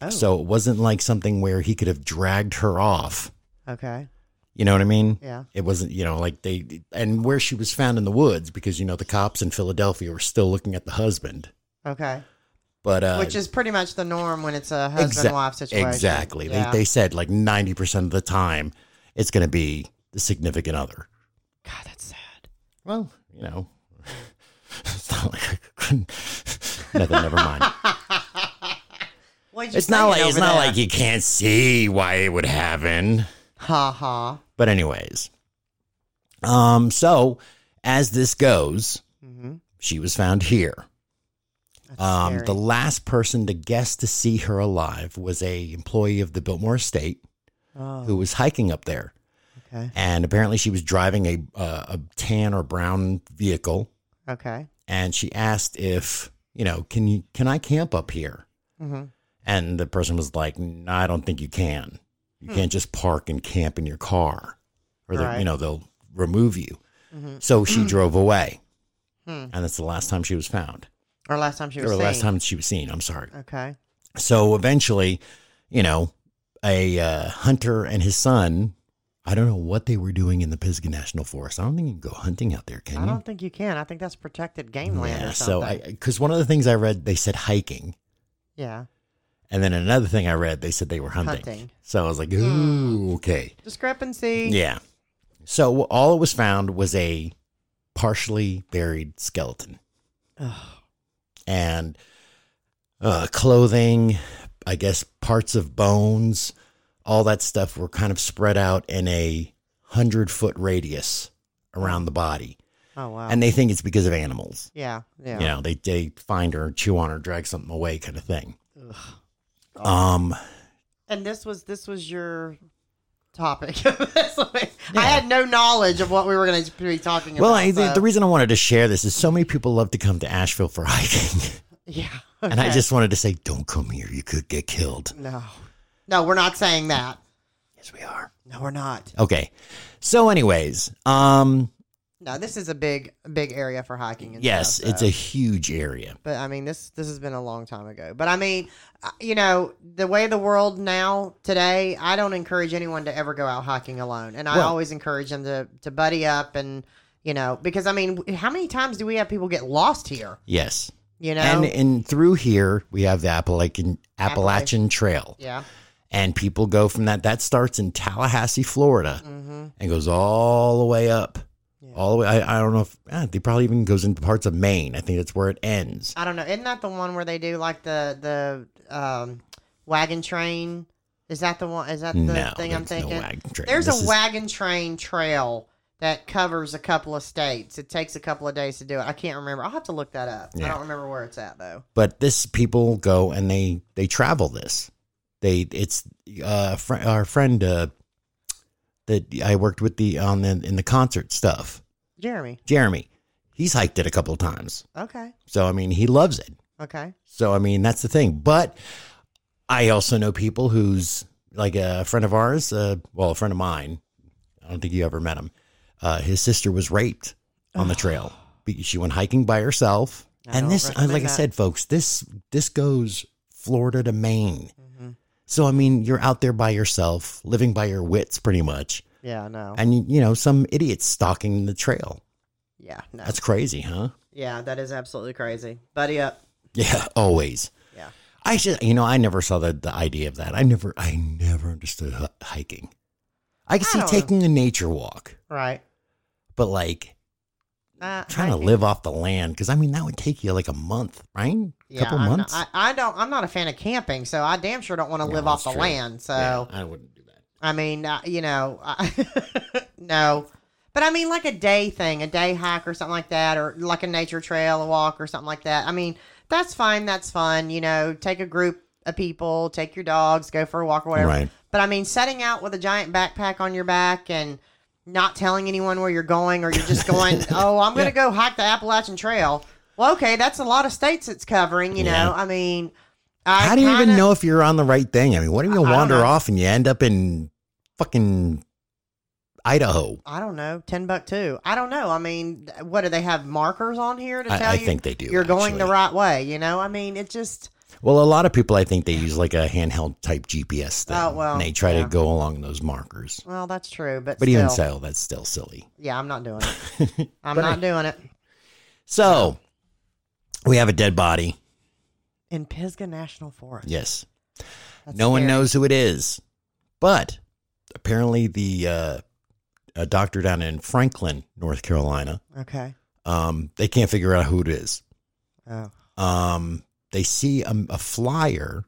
[SPEAKER 2] Oh.
[SPEAKER 1] So it wasn't like something where he could have dragged her off
[SPEAKER 2] Okay.
[SPEAKER 1] You know what I mean?
[SPEAKER 2] Yeah.
[SPEAKER 1] It wasn't, you know, like they, and where she was found in the woods, because, you know, the cops in Philadelphia were still looking at the husband.
[SPEAKER 2] Okay.
[SPEAKER 1] But, uh,
[SPEAKER 2] Which is pretty much the norm when it's a husband
[SPEAKER 1] Exac-
[SPEAKER 2] wife situation.
[SPEAKER 1] Exactly.
[SPEAKER 2] Yeah.
[SPEAKER 1] They, they said like 90% of the time it's going to be the significant other.
[SPEAKER 2] God, that's sad.
[SPEAKER 1] Well, you know, it's not like I couldn't. Never, never mind.
[SPEAKER 2] What'd you
[SPEAKER 1] It's not
[SPEAKER 2] saying
[SPEAKER 1] like it's
[SPEAKER 2] over
[SPEAKER 1] not
[SPEAKER 2] there?
[SPEAKER 1] like you can't see why it would happen.
[SPEAKER 2] Ha ha.
[SPEAKER 1] But anyways, um, so as this goes,
[SPEAKER 2] Mm-hmm.
[SPEAKER 1] she was found here.
[SPEAKER 2] That's
[SPEAKER 1] Um,
[SPEAKER 2] scary.
[SPEAKER 1] the last person to guess to see her alive was a employee of the Biltmore Estate
[SPEAKER 2] oh,
[SPEAKER 1] who was hiking up there.
[SPEAKER 2] okay.
[SPEAKER 1] and apparently she was driving a uh, a tan or brown vehicle
[SPEAKER 2] Okay.
[SPEAKER 1] and she asked if you know can you can i camp up here
[SPEAKER 2] Mm-hmm.
[SPEAKER 1] and the person was like no i don't think you can you can't just park and camp in your car or they'll-
[SPEAKER 2] Hmm. Right.
[SPEAKER 1] you know they'll remove you
[SPEAKER 2] Mhm.
[SPEAKER 1] so she drove away
[SPEAKER 2] Hmm.
[SPEAKER 1] and that's the last time she was found
[SPEAKER 2] Or last time she was
[SPEAKER 1] or
[SPEAKER 2] seen.
[SPEAKER 1] last time she was seen i'm sorry
[SPEAKER 2] Okay.
[SPEAKER 1] so eventually you know a uh, hunter and his son I don't know what they were doing in the Pisgah National Forest. I don't think you can go hunting out there, can you?
[SPEAKER 2] I don't think you can. I think that's protected game land or something.
[SPEAKER 1] so I because one of the things I read they said hiking,
[SPEAKER 2] yeah.
[SPEAKER 1] and then another thing I read they said they were hunting.
[SPEAKER 2] Hunting. Hmm.
[SPEAKER 1] So I was like, ooh, okay,
[SPEAKER 2] Discrepancy.
[SPEAKER 1] yeah. So all that was found was a partially buried skeleton
[SPEAKER 2] Ugh.
[SPEAKER 1] and uh, clothing, I guess parts of bones, all that stuff were kind of spread out in a hundred foot radius around the body,
[SPEAKER 2] Oh wow.
[SPEAKER 1] and they think it's because of animals.
[SPEAKER 2] yeah. Yeah.
[SPEAKER 1] you know they they find her chew on her drag something away kind of thing
[SPEAKER 2] Ugh.
[SPEAKER 1] um
[SPEAKER 2] And this was this was your topic. That's like- I had no knowledge of what we were going to be talking
[SPEAKER 1] well
[SPEAKER 2] about.
[SPEAKER 1] I, the,
[SPEAKER 2] so-
[SPEAKER 1] the reason i wanted to share this is so many people love to come to asheville for hiking
[SPEAKER 2] yeah.
[SPEAKER 1] and i
[SPEAKER 2] okay.
[SPEAKER 1] just wanted to say don't come here you could get killed
[SPEAKER 2] no, no, we're not saying that.
[SPEAKER 1] yes we are
[SPEAKER 2] No, we're not.
[SPEAKER 1] okay so anyways um
[SPEAKER 2] No, this is a big big area for hiking. And
[SPEAKER 1] yes
[SPEAKER 2] stuff,
[SPEAKER 1] it's
[SPEAKER 2] so.
[SPEAKER 1] a huge area
[SPEAKER 2] But I mean, this this has been a long time ago. But I mean, uh, you know, the way the world now today, I don't encourage anyone to ever go out hiking alone, and I
[SPEAKER 1] Well-
[SPEAKER 2] always encourage them to to buddy up and you know, because I mean, w- how many times do we have people get lost here?
[SPEAKER 1] yes
[SPEAKER 2] You know,
[SPEAKER 1] and and through here we have the appalachian appalachian trail
[SPEAKER 2] yeah,
[SPEAKER 1] and people go from that that starts in tallahassee florida and goes all the way up
[SPEAKER 2] Mm-hmm. Yeah.
[SPEAKER 1] all the way I, I don't know if eh, they probably even goes into parts of maine i think that's where it ends
[SPEAKER 2] I don't know. Isn't that the one where they do like the the um, wagon train? Is that the one? Is that the
[SPEAKER 1] no
[SPEAKER 2] thing I'm
[SPEAKER 1] there's no
[SPEAKER 2] thinking?
[SPEAKER 1] wagon train.
[SPEAKER 2] There's
[SPEAKER 1] This
[SPEAKER 2] a
[SPEAKER 1] is-
[SPEAKER 2] wagon train trail that covers a couple of states. It takes a couple of days to do it. I can't remember. I'll have to look that up. I
[SPEAKER 1] Yeah.
[SPEAKER 2] don't remember where it's at though.
[SPEAKER 1] but this people go and they they travel this they it's uh fr- our friend uh that i worked with the on the in the concert stuff
[SPEAKER 2] Jeremy.
[SPEAKER 1] jeremy he's hiked it a couple of times
[SPEAKER 2] Okay.
[SPEAKER 1] so i mean he loves it
[SPEAKER 2] Okay.
[SPEAKER 1] So I mean, that's the thing. But I also know people who's like a friend of ours, uh, well, a friend of mine. I don't think you ever met him. Uh, his sister was raped on the trail. Be- She went hiking by herself.
[SPEAKER 2] I
[SPEAKER 1] and
[SPEAKER 2] don't
[SPEAKER 1] this, I- like
[SPEAKER 2] recommend
[SPEAKER 1] I
[SPEAKER 2] that.
[SPEAKER 1] said, folks, this this goes Florida to Maine.
[SPEAKER 2] Mhm.
[SPEAKER 1] So I mean, you're out there by yourself, living by your wits, pretty much.
[SPEAKER 2] Yeah. No.
[SPEAKER 1] And you know, some idiots stalking the trail.
[SPEAKER 2] yeah. No.
[SPEAKER 1] That's crazy, huh?
[SPEAKER 2] yeah. That is absolutely crazy. Buddy up.
[SPEAKER 1] Yeah, always.
[SPEAKER 2] Yeah.
[SPEAKER 1] I should, you know, I never saw the, the idea of that. I never, I never understood h- hiking. I could
[SPEAKER 2] I
[SPEAKER 1] see
[SPEAKER 2] don't know.
[SPEAKER 1] taking a nature walk,
[SPEAKER 2] Right.
[SPEAKER 1] but like
[SPEAKER 2] Uh,
[SPEAKER 1] trying to
[SPEAKER 2] hiking-
[SPEAKER 1] live off the land because I mean that would take you like a month, right?
[SPEAKER 2] Yeah,
[SPEAKER 1] Couple
[SPEAKER 2] I'm
[SPEAKER 1] months.
[SPEAKER 2] Not, I, I don't. I'm not a fan of camping, so I damn sure don't want to
[SPEAKER 1] Yeah,
[SPEAKER 2] live off
[SPEAKER 1] that's true.
[SPEAKER 2] the land. So
[SPEAKER 1] Yeah, I wouldn't do that.
[SPEAKER 2] I mean, uh, you know, I, no. But I mean, like a day thing, a day hike or something like that, or like a nature trail, a walk or something like that. I mean, that's fine. That's fun. You know, take a group of people, take your dogs, go for a walk or whatever.
[SPEAKER 1] Right.
[SPEAKER 2] But I mean, setting out with a giant backpack on your back and not telling anyone where you're going, or you're just going, oh, I'm going to go hike the Appalachian Trail. Well, okay, that's a lot of states it's covering, you
[SPEAKER 1] Yeah.
[SPEAKER 2] know. I mean, I
[SPEAKER 1] How do you even
[SPEAKER 2] kinda-
[SPEAKER 1] know if you're on the right thing? I mean, what if you
[SPEAKER 2] I- I don't
[SPEAKER 1] wander
[SPEAKER 2] know.
[SPEAKER 1] off and you end up in fucking Idaho?
[SPEAKER 2] I don't know, ten buck two. I don't know. I mean, th- what do they have markers on here to tell
[SPEAKER 1] I, I
[SPEAKER 2] you
[SPEAKER 1] think they do.
[SPEAKER 2] you're going the
[SPEAKER 1] actually.
[SPEAKER 2] right way? You know, I mean, it just
[SPEAKER 1] Well, a lot of people, I think they use like a handheld type GPS thing.
[SPEAKER 2] Oh, well,
[SPEAKER 1] and they try
[SPEAKER 2] yeah.
[SPEAKER 1] to go along those markers.
[SPEAKER 2] Well, that's true, but,
[SPEAKER 1] But
[SPEAKER 2] still,
[SPEAKER 1] even so, that's still silly.
[SPEAKER 2] yeah, I'm not doing it. I'm not doing it
[SPEAKER 1] So we have a dead body.
[SPEAKER 2] in Pisgah National Forest.
[SPEAKER 1] Yes.
[SPEAKER 2] That's
[SPEAKER 1] no one
[SPEAKER 2] scary.
[SPEAKER 1] knows who it is. But apparently, the uh, a doctor down in Franklin, North Carolina,
[SPEAKER 2] Okay.
[SPEAKER 1] um, they can't figure out who it is.
[SPEAKER 2] Oh,
[SPEAKER 1] Um, they see a, a flyer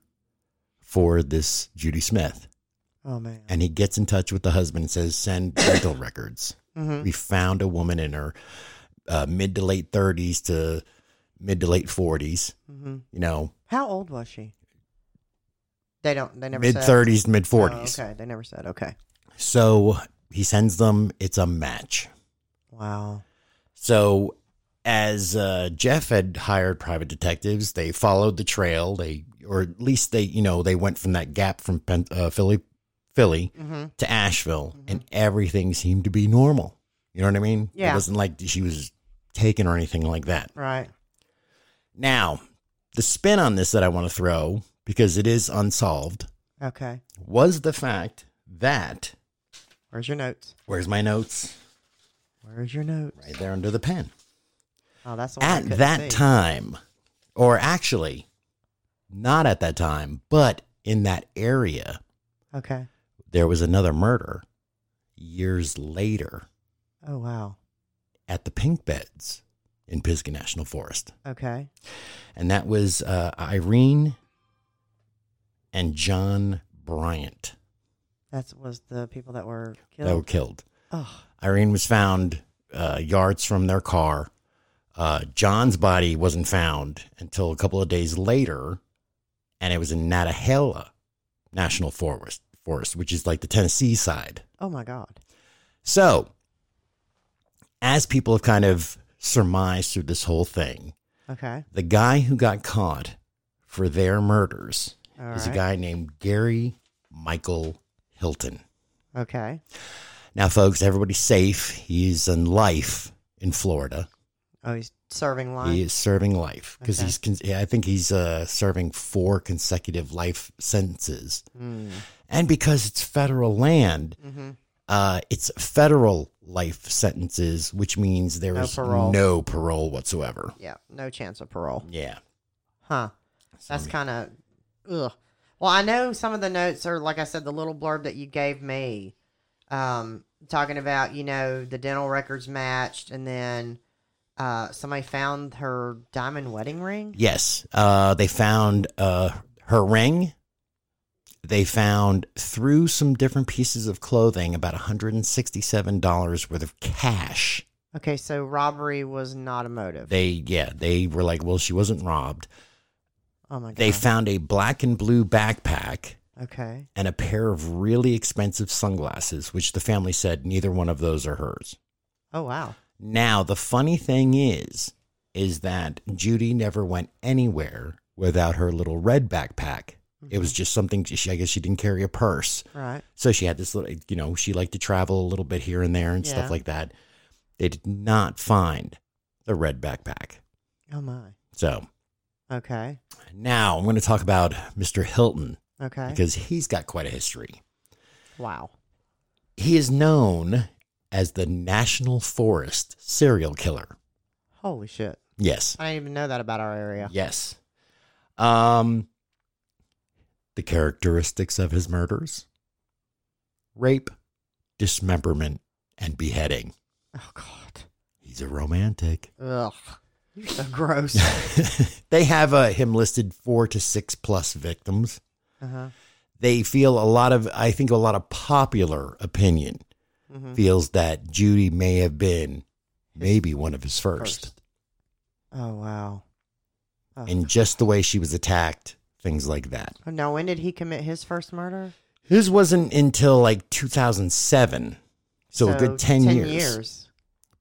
[SPEAKER 1] for this Judy Smith,
[SPEAKER 2] oh man.
[SPEAKER 1] and he gets in touch with the husband and says, "Send dental records.
[SPEAKER 2] Mm-hmm.
[SPEAKER 1] We found a woman in her uh, mid to late thirties to mid to late forties.
[SPEAKER 2] Mm-hmm.
[SPEAKER 1] You know,
[SPEAKER 2] How old was she? They don't. They never
[SPEAKER 1] mid
[SPEAKER 2] said.
[SPEAKER 1] thirties, mid
[SPEAKER 2] Oh,
[SPEAKER 1] forties.
[SPEAKER 2] okay. They never said. Okay.
[SPEAKER 1] So he sends them. It's a match."
[SPEAKER 2] Wow.
[SPEAKER 1] So, as uh, Jeff had hired private detectives, they followed the trail. They, or at least they, you know, they went from that gap from Pen- uh, Philly, Philly
[SPEAKER 2] Mm-hmm.
[SPEAKER 1] to Asheville,
[SPEAKER 2] Mhm.
[SPEAKER 1] and everything seemed to be normal. You know what I mean?
[SPEAKER 2] Yeah.
[SPEAKER 1] It wasn't like she was taken or anything like that.
[SPEAKER 2] Right.
[SPEAKER 1] Now, the spin on this that I want to throw because it is unsolved
[SPEAKER 2] Okay.
[SPEAKER 1] was the fact that
[SPEAKER 2] Where's your notes?
[SPEAKER 1] where's my notes?
[SPEAKER 2] Where's your notes?
[SPEAKER 1] Right there under the pen.
[SPEAKER 2] Oh, that's the one I
[SPEAKER 1] at
[SPEAKER 2] couldn't
[SPEAKER 1] that
[SPEAKER 2] see.
[SPEAKER 1] time, or actually, not at that time, but in that area,
[SPEAKER 2] Okay.
[SPEAKER 1] there was another murder years later
[SPEAKER 2] Oh wow.
[SPEAKER 1] at the Pink Beds in Pisgah National Forest.
[SPEAKER 2] Okay.
[SPEAKER 1] And that was uh, Irene and John Bryant
[SPEAKER 2] That was the people that were killed.
[SPEAKER 1] that were killed.
[SPEAKER 2] Oh,
[SPEAKER 1] Irene was found uh, yards from their car. Uh, John's body wasn't found until a couple of days later, and it was in Natahala National Forest, Forest, which is like the Tennessee side.
[SPEAKER 2] oh my God.
[SPEAKER 1] So, as people have kind of surmised through this whole thing,
[SPEAKER 2] Okay.
[SPEAKER 1] the guy who got caught for their murders
[SPEAKER 2] All
[SPEAKER 1] is
[SPEAKER 2] right.
[SPEAKER 1] a guy named Gary Michael Hilton.
[SPEAKER 2] Okay.
[SPEAKER 1] Now, folks, everybody's safe. He's in life in Florida.
[SPEAKER 2] Oh, he's serving line.
[SPEAKER 1] He is serving life because
[SPEAKER 2] Okay.
[SPEAKER 1] he's. Con- I think he's uh, serving four consecutive life sentences, and because it's federal land,
[SPEAKER 2] Hmm. Mm-hmm.
[SPEAKER 1] uh, it's federal life sentences, which means there
[SPEAKER 2] No
[SPEAKER 1] is
[SPEAKER 2] parole.
[SPEAKER 1] no parole whatsoever.
[SPEAKER 2] Yeah. No chance of parole.
[SPEAKER 1] Yeah,
[SPEAKER 2] Huh. That's
[SPEAKER 1] So,
[SPEAKER 2] kind of ugh. Well, I know some of the notes are like I said, the little blurb that you gave me, um, talking about you know the dental records matched, and then uh, somebody found her diamond wedding ring.
[SPEAKER 1] yes. Uh, they found uh, her ring. They found through some different pieces of clothing about one hundred and sixty-seven dollars worth of cash.
[SPEAKER 2] Okay, so robbery was not a motive.
[SPEAKER 1] They yeah, they were like, well, she wasn't robbed.
[SPEAKER 2] oh my god.
[SPEAKER 1] They found a black and blue backpack
[SPEAKER 2] okay.
[SPEAKER 1] and a pair of really expensive sunglasses, which the family said neither one of those are hers.
[SPEAKER 2] Oh wow.
[SPEAKER 1] Now, the funny thing is, is that Judy never went anywhere without her little red backpack. It
[SPEAKER 2] Mm-hmm.
[SPEAKER 1] was just something, she, I guess she didn't carry a purse.
[SPEAKER 2] Right.
[SPEAKER 1] So she had this little, you know, she liked to travel a little bit here and there and
[SPEAKER 2] Yeah.
[SPEAKER 1] stuff like that. They did not find the red backpack.
[SPEAKER 2] Oh my.
[SPEAKER 1] So
[SPEAKER 2] Okay.
[SPEAKER 1] now I'm going to talk about Mr. Hilton
[SPEAKER 2] Okay.
[SPEAKER 1] because he's got quite a history.
[SPEAKER 2] wow.
[SPEAKER 1] He is known as the National Forest serial killer.
[SPEAKER 2] Holy shit.
[SPEAKER 1] Yes.
[SPEAKER 2] I didn't even know that about our area.
[SPEAKER 1] Yes. Um the characteristics of his murders. Rape, dismemberment, and beheading.
[SPEAKER 2] Oh god.
[SPEAKER 1] He's a romantic.
[SPEAKER 2] Ugh. You're so gross.
[SPEAKER 1] they have uh, him listed 4 to 6 plus victims.
[SPEAKER 2] uh-huh.
[SPEAKER 1] They feel a lot of I think a lot of popular opinion
[SPEAKER 2] Mhm.
[SPEAKER 1] feels that Judy may have been maybe one of his first.
[SPEAKER 2] Oh wow. Oh.
[SPEAKER 1] and just the way she was attacked, things like that.
[SPEAKER 2] Oh, Now, when did he commit his first murder?
[SPEAKER 1] His wasn't until like 2007, so, a good 10, years.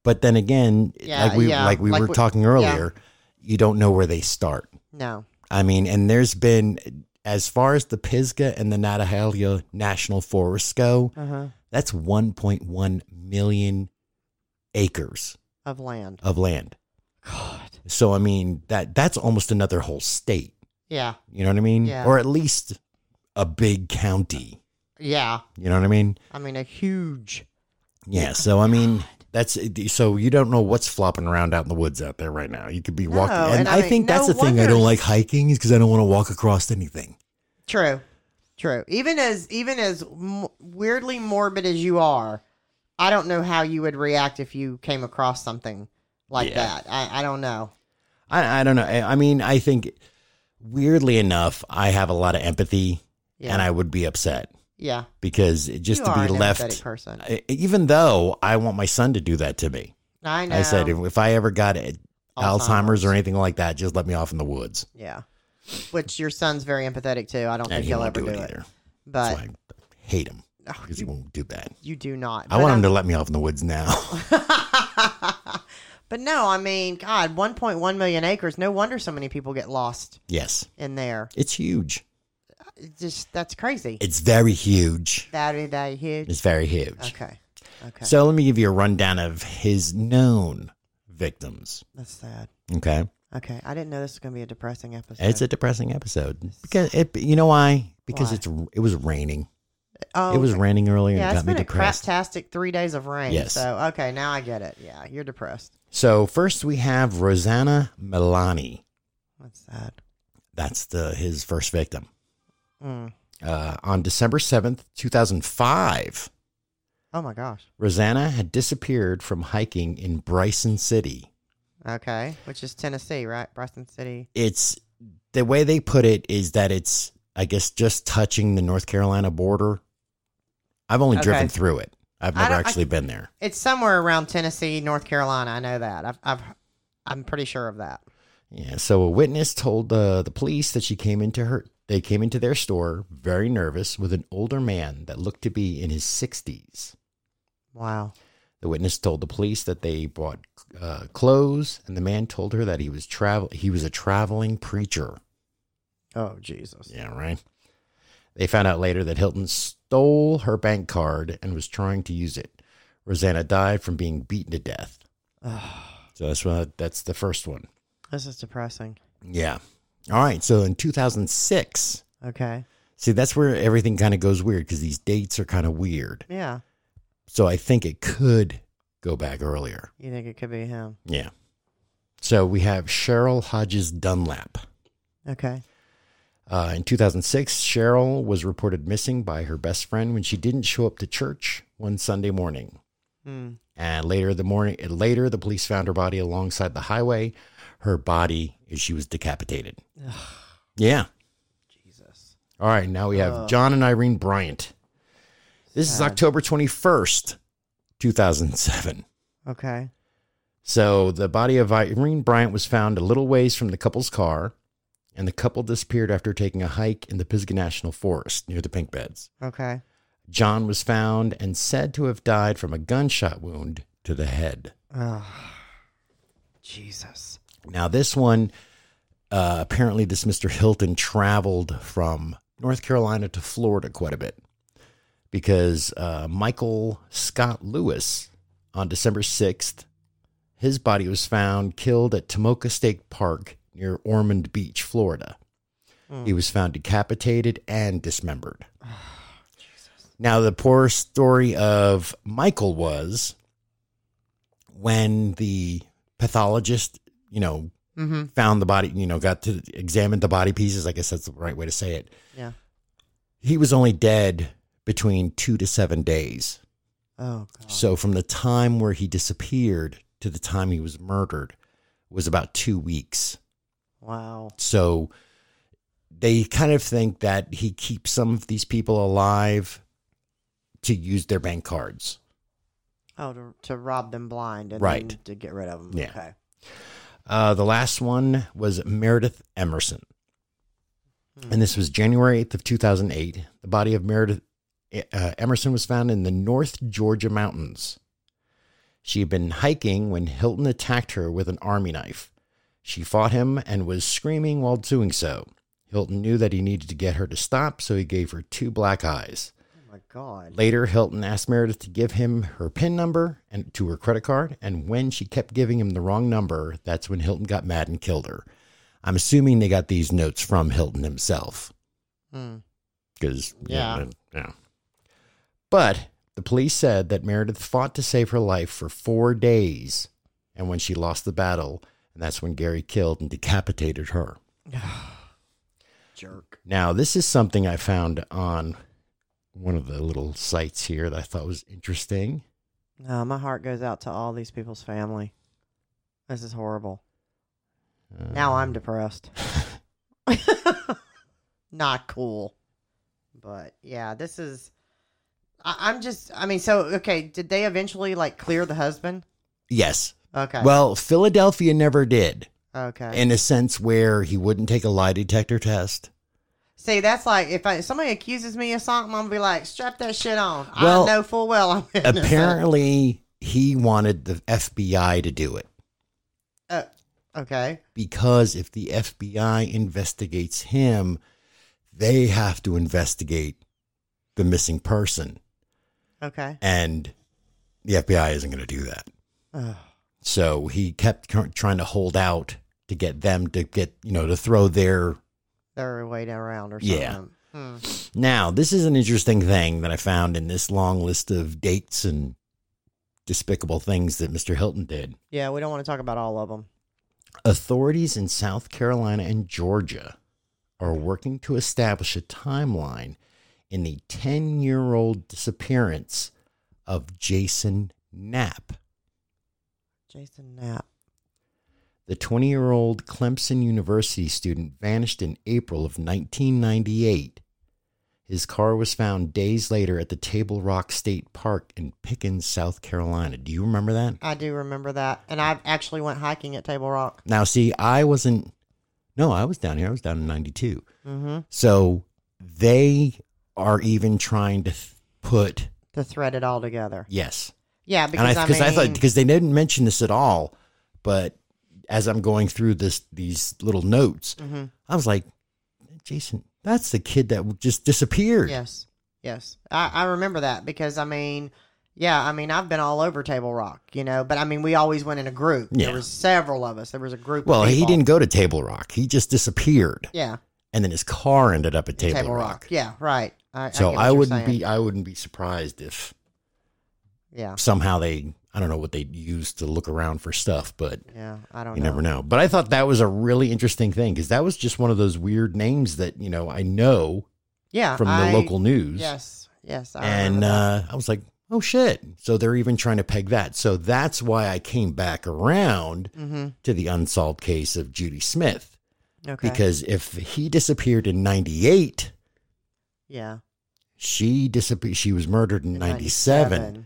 [SPEAKER 1] But then again,
[SPEAKER 2] Yeah,
[SPEAKER 1] like we
[SPEAKER 2] yeah,
[SPEAKER 1] like we
[SPEAKER 2] like
[SPEAKER 1] were
[SPEAKER 2] we-
[SPEAKER 1] talking
[SPEAKER 2] yeah.
[SPEAKER 1] earlier, you don't know where they start.
[SPEAKER 2] No.
[SPEAKER 1] I mean, and there's been as far as the Pisgah and the Natahalia National Forests go,
[SPEAKER 2] Uh huh.
[SPEAKER 1] that's 1.1 million acres
[SPEAKER 2] Of land.
[SPEAKER 1] of land.
[SPEAKER 2] God.
[SPEAKER 1] So I mean that that's almost another whole state.
[SPEAKER 2] Yeah.
[SPEAKER 1] You know what I mean?
[SPEAKER 2] Yeah.
[SPEAKER 1] Or at least a big county.
[SPEAKER 2] Yeah.
[SPEAKER 1] You know what I mean?
[SPEAKER 2] I mean, a huge.
[SPEAKER 1] Yeah. So I mean, that's so you don't know what's flopping around out in the woods out there right now. You could be walking,
[SPEAKER 2] No,
[SPEAKER 1] and,
[SPEAKER 2] and I
[SPEAKER 1] I,
[SPEAKER 2] mean,
[SPEAKER 1] think that's
[SPEAKER 2] no
[SPEAKER 1] the thing I
[SPEAKER 2] wonder.
[SPEAKER 1] don't like hiking is because I don't want to walk across anything.
[SPEAKER 2] True. True. Even as even as m- weirdly morbid as you are, I don't know how you would react if you came across something like
[SPEAKER 1] Yeah.
[SPEAKER 2] that. I, I don't know.
[SPEAKER 1] I, I don't know. I, I mean, I think weirdly enough, I have a lot of empathy,
[SPEAKER 2] Yeah.
[SPEAKER 1] and I would be upset
[SPEAKER 2] yeah.
[SPEAKER 1] because just
[SPEAKER 2] You
[SPEAKER 1] to
[SPEAKER 2] are
[SPEAKER 1] be
[SPEAKER 2] an empathetic
[SPEAKER 1] left.
[SPEAKER 2] person.
[SPEAKER 1] I- Even though I want my son to do that to me,
[SPEAKER 2] I know.
[SPEAKER 1] I said if, if I ever got it, Alzheimer's or anything like that, just let me off in the woods.
[SPEAKER 2] Yeah. Which your son's very empathetic too. I don't
[SPEAKER 1] And
[SPEAKER 2] think
[SPEAKER 1] he
[SPEAKER 2] he'll
[SPEAKER 1] won't
[SPEAKER 2] ever
[SPEAKER 1] do
[SPEAKER 2] do
[SPEAKER 1] it
[SPEAKER 2] it.
[SPEAKER 1] either.
[SPEAKER 2] But
[SPEAKER 1] so I hate him
[SPEAKER 2] Oh,
[SPEAKER 1] because he won't do that.
[SPEAKER 2] you do not.
[SPEAKER 1] I want him to let me off in the woods now.
[SPEAKER 2] to. but no, I mean, God, 1.1 million acres. No wonder so many people get lost
[SPEAKER 1] yes,
[SPEAKER 2] in there.
[SPEAKER 1] it's huge.
[SPEAKER 2] It's just that's crazy.
[SPEAKER 1] It's very huge.
[SPEAKER 2] that is that huge.
[SPEAKER 1] It's very huge.
[SPEAKER 2] Okay. Okay.
[SPEAKER 1] So let me give you a rundown of his known victims.
[SPEAKER 2] that's sad.
[SPEAKER 1] Okay.
[SPEAKER 2] Okay. I didn't know this was going to be a depressing episode.
[SPEAKER 1] It's a depressing episode because it. You know why? Because
[SPEAKER 2] Why?
[SPEAKER 1] it's it was raining.
[SPEAKER 2] oh,
[SPEAKER 1] It was
[SPEAKER 2] okay.
[SPEAKER 1] raining earlier
[SPEAKER 2] Yeah,
[SPEAKER 1] and
[SPEAKER 2] it's
[SPEAKER 1] got me
[SPEAKER 2] been a
[SPEAKER 1] depressed.
[SPEAKER 2] craptastic three days of rain.
[SPEAKER 1] Yes.
[SPEAKER 2] So, okay, now I get it. Yeah, you're depressed.
[SPEAKER 1] so first we have Rosanna Milani.
[SPEAKER 2] That's sad.
[SPEAKER 1] That's the his first victim.
[SPEAKER 2] Mm.
[SPEAKER 1] Uh, on December seventh, two thousand five,
[SPEAKER 2] Oh, my gosh.
[SPEAKER 1] Rosanna had disappeared from hiking in Bryson City.
[SPEAKER 2] Okay. Which is Tennessee, right? Bryson City.
[SPEAKER 1] It's the way they put it is that it's I guess just touching the North Carolina border. I've only
[SPEAKER 2] Okay.
[SPEAKER 1] driven through it. I've
[SPEAKER 2] I
[SPEAKER 1] never
[SPEAKER 2] don't- I-
[SPEAKER 1] actually been there.
[SPEAKER 2] It's somewhere around Tennessee, North Carolina. I know that. I've, I've I'm pretty sure of that.
[SPEAKER 1] Yeah. So a witness told uh, the police that she came into her. They came into their store very nervous with an older man that looked to be in his 60s.
[SPEAKER 2] Wow.
[SPEAKER 1] The witness told the police that they bought uh, clothes, and the man told her that he was travel. He was a traveling preacher.
[SPEAKER 2] Oh Jesus.
[SPEAKER 1] Yeah, right. They found out later that Hilton stole her bank card and was trying to use it. Rosanna died from being beaten to death. So that's what, that's the first one.
[SPEAKER 2] This is depressing.
[SPEAKER 1] Yeah. All right. So in 2006,
[SPEAKER 2] Okay.
[SPEAKER 1] See, that's where everything kind of goes weird because these dates are kind of weird.
[SPEAKER 2] Yeah.
[SPEAKER 1] So I think it could go back earlier.
[SPEAKER 2] You think it could be him?
[SPEAKER 1] Yeah. So we have Cheryl Hodges Dunlap.
[SPEAKER 2] Okay.
[SPEAKER 1] Uh, in 2006, Cheryl was reported missing by her best friend when she didn't show up to church one Sunday morning.
[SPEAKER 2] Hmm.
[SPEAKER 1] And later the morning, later the police found her body alongside the highway. Her body, she was decapitated. Yeah.
[SPEAKER 2] Jesus.
[SPEAKER 1] All right, now we have
[SPEAKER 2] Ugh.
[SPEAKER 1] John and Irene Bryant. This is
[SPEAKER 2] Sad.
[SPEAKER 1] October 21st, 2007.
[SPEAKER 2] Okay.
[SPEAKER 1] So the body of Irene Bryant was found a little ways from the couple's car, and the couple disappeared after taking a hike in the Pisgah National Forest near the Pink Beds.
[SPEAKER 2] Okay.
[SPEAKER 1] John was found and said to have died from a gunshot wound to the head.
[SPEAKER 2] Oh. Jesus.
[SPEAKER 1] Now, this one, uh, apparently, this Mr. Hilton traveled from North Carolina to Florida quite a bit because uh, Michael Scott Lewis on December 6th, his body was found killed at Tomoka State Park near Ormond Beach, Florida. He was found decapitated and dismembered. Now, the poor story of Michael was when the pathologist, you know,
[SPEAKER 2] Mm-hmm.
[SPEAKER 1] found the body, you know, got to examine the body pieces. I guess that's the right way to say it.
[SPEAKER 2] Yeah.
[SPEAKER 1] He was only dead between two to seven days.
[SPEAKER 2] Oh God.
[SPEAKER 1] So from the time where he disappeared to the time he was murdered was about two weeks.
[SPEAKER 2] Wow.
[SPEAKER 1] So they kind of think that he keeps some of these people alive to use their bank cards.
[SPEAKER 2] Oh, to, to rob them blind and
[SPEAKER 1] Right.
[SPEAKER 2] then to get rid of them.
[SPEAKER 1] Yeah.
[SPEAKER 2] Okay.
[SPEAKER 1] Uh, the last one was Meredith Emerson. And this was January 8th of 2008. The body of Meredith uh, Emerson was found in the North Georgia mountains. She had been hiking when Hilton attacked her with an army knife. She fought him and was screaming while doing so. Hilton knew that he needed to get her to stop, so he gave her two black eyes.
[SPEAKER 2] Oh my God.
[SPEAKER 1] Later, Hilton asked Meredith to give him her PIN number and to her credit card, and when she kept giving him the wrong number, that's when Hilton got mad and killed her. I'm assuming they got these notes from Hilton himself
[SPEAKER 2] Hmm.
[SPEAKER 1] because
[SPEAKER 2] Yeah.
[SPEAKER 1] yeah. But the police said that Meredith fought to save her life for four days, and when she lost the battle, and that's when Gary killed and decapitated her.
[SPEAKER 2] Jerk.
[SPEAKER 1] Now, this is something I found on one of the little sites here that I thought was interesting.
[SPEAKER 2] No, my heart goes out to all these people's family. This is horrible. Now I'm depressed. Not cool. But yeah, this is. I, I'm just. I mean, so okay. Did they eventually like clear the husband?
[SPEAKER 1] Yes.
[SPEAKER 2] Okay.
[SPEAKER 1] Well, Philadelphia never did
[SPEAKER 2] okay.
[SPEAKER 1] in a sense where he wouldn't take a lie detector test.
[SPEAKER 2] See, that's like if, I, if somebody accuses me of something, I'm gonna be like, strap that shit on.
[SPEAKER 1] Well,
[SPEAKER 2] I know full well I'm innocent.
[SPEAKER 1] Apparently, he wanted the FBI to do it
[SPEAKER 2] Uh, okay.
[SPEAKER 1] because if the FBI investigates him, they have to investigate the missing person.
[SPEAKER 2] Okay.
[SPEAKER 1] And the FBI isn't going to do that.
[SPEAKER 2] Ugh.
[SPEAKER 1] So he kept cur- trying to hold out to get them to get, you know, to throw their.
[SPEAKER 2] They're waiting around or something.
[SPEAKER 1] Yeah.
[SPEAKER 2] Yeah. Hmm.
[SPEAKER 1] Now, this is an interesting thing that I found in this long list of dates and despicable things that Mr. Hilton did.
[SPEAKER 2] Yeah, we don't want to talk about all of them.
[SPEAKER 1] Authorities in South Carolina and Georgia are working to establish a timeline in the 10 year old disappearance of Jason Knapp.
[SPEAKER 2] Jason Knapp.
[SPEAKER 1] The 20 year old Clemson University student vanished in April of 1998. His car was found days later at the Table Rock State Park in Pickens, South Carolina. Do you remember that?
[SPEAKER 2] I do remember that, and I actually went hiking at Table Rock.
[SPEAKER 1] Now, see, I wasn't. No, I was down here. I was down in 92.
[SPEAKER 2] Mm-hmm.
[SPEAKER 1] So they are even trying to th- put.
[SPEAKER 2] To thread it all together.
[SPEAKER 1] Yes.
[SPEAKER 2] Yeah,
[SPEAKER 1] and
[SPEAKER 2] because
[SPEAKER 1] I,
[SPEAKER 2] I,
[SPEAKER 1] because
[SPEAKER 2] mean,
[SPEAKER 1] I thought because they didn't mention this at all, but as I'm going through this these little notes,
[SPEAKER 2] Mhm.
[SPEAKER 1] I was like, Jason, that's the kid that just disappeared.
[SPEAKER 2] yes, yes, I, I remember that because I mean, yeah, I mean, I've been all over Table Rock, you know, but I mean, we always went in a group.
[SPEAKER 1] Yeah.
[SPEAKER 2] There was several of us. There was a group. of
[SPEAKER 1] Well, he
[SPEAKER 2] people.
[SPEAKER 1] didn't go to Table Rock. He just disappeared,
[SPEAKER 2] Yeah,
[SPEAKER 1] and then his car ended up at Table,
[SPEAKER 2] Table Rock.
[SPEAKER 1] Rock.
[SPEAKER 2] Yeah, right. I,
[SPEAKER 1] So
[SPEAKER 2] get
[SPEAKER 1] I,
[SPEAKER 2] what you're
[SPEAKER 1] wouldn't
[SPEAKER 2] saying.
[SPEAKER 1] be I wouldn't be surprised if
[SPEAKER 2] Yeah,
[SPEAKER 1] somehow they I don't know what they used to look around for stuff, but
[SPEAKER 2] yeah. I don't
[SPEAKER 1] you
[SPEAKER 2] know.
[SPEAKER 1] never know. But I thought that was a really interesting thing because that was just one of those weird names that you know I know
[SPEAKER 2] yeah,
[SPEAKER 1] from
[SPEAKER 2] Uh, I-
[SPEAKER 1] the local news.
[SPEAKER 2] Yes, yes. I
[SPEAKER 1] and
[SPEAKER 2] remember that.
[SPEAKER 1] uh, I was like, oh shit. So they're even trying to peg that. So that's why I came back around
[SPEAKER 2] Mhm.
[SPEAKER 1] to the unsolved case of Judy Smith.
[SPEAKER 2] okay.
[SPEAKER 1] Because if he disappeared in 98,
[SPEAKER 2] yeah,
[SPEAKER 1] she disappeared. She was murdered in 97.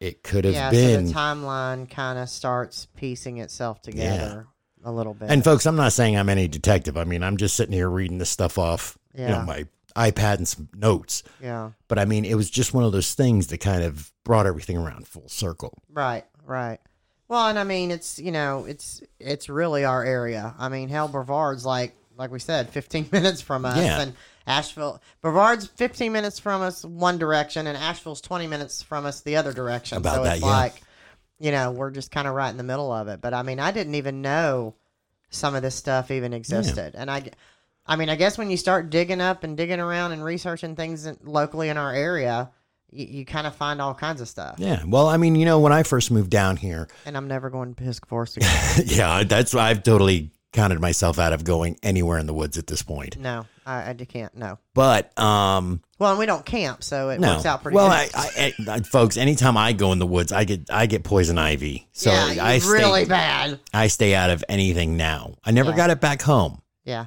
[SPEAKER 1] It could have
[SPEAKER 2] yeah,
[SPEAKER 1] been.
[SPEAKER 2] so the timeline kind of starts piecing itself together a little bit.
[SPEAKER 1] and folks, I'm not saying I'm any detective. I mean, I'm just sitting here reading this stuff off you
[SPEAKER 2] Yeah.
[SPEAKER 1] know, my iPad and some notes.
[SPEAKER 2] yeah,
[SPEAKER 1] But I mean, it was just one of those things that kind of brought everything around full circle.
[SPEAKER 2] right, right. Well, and I mean, it's you know, it's it's really our area. I mean, hell, Brevard's like like we said, fifteen minutes from us,
[SPEAKER 1] Yeah.
[SPEAKER 2] and Asheville, Brevard's fifteen minutes from us one direction, and Asheville's twenty minutes from us the other direction.
[SPEAKER 1] About
[SPEAKER 2] so
[SPEAKER 1] that,
[SPEAKER 2] it's
[SPEAKER 1] yeah.
[SPEAKER 2] like, you know, we're just kind of right in the middle of it. But I mean, I didn't even know some of this stuff even existed, and I. g- I mean, I guess when you start digging up and digging around and researching things in- locally in our area, you, you kind of find all kinds of stuff.
[SPEAKER 1] Yeah. Well, I mean, you know, when I first moved down here,
[SPEAKER 2] And I'm never going to Pisk Forest again.
[SPEAKER 1] yeah, that's why I've totally counted myself out of going anywhere in the woods at this point.
[SPEAKER 2] no, I, I d- can't. No.
[SPEAKER 1] But um,
[SPEAKER 2] Well, and we don't camp, so it
[SPEAKER 1] no.
[SPEAKER 2] works out pretty
[SPEAKER 1] well,
[SPEAKER 2] good.
[SPEAKER 1] I, I, I, folks, anytime I go in the woods, I get I get poison ivy. So
[SPEAKER 2] yeah,
[SPEAKER 1] I
[SPEAKER 2] it's really
[SPEAKER 1] stay,
[SPEAKER 2] bad.
[SPEAKER 1] I stay out of anything now. I never
[SPEAKER 2] Yeah.
[SPEAKER 1] got it back home.
[SPEAKER 2] Yeah.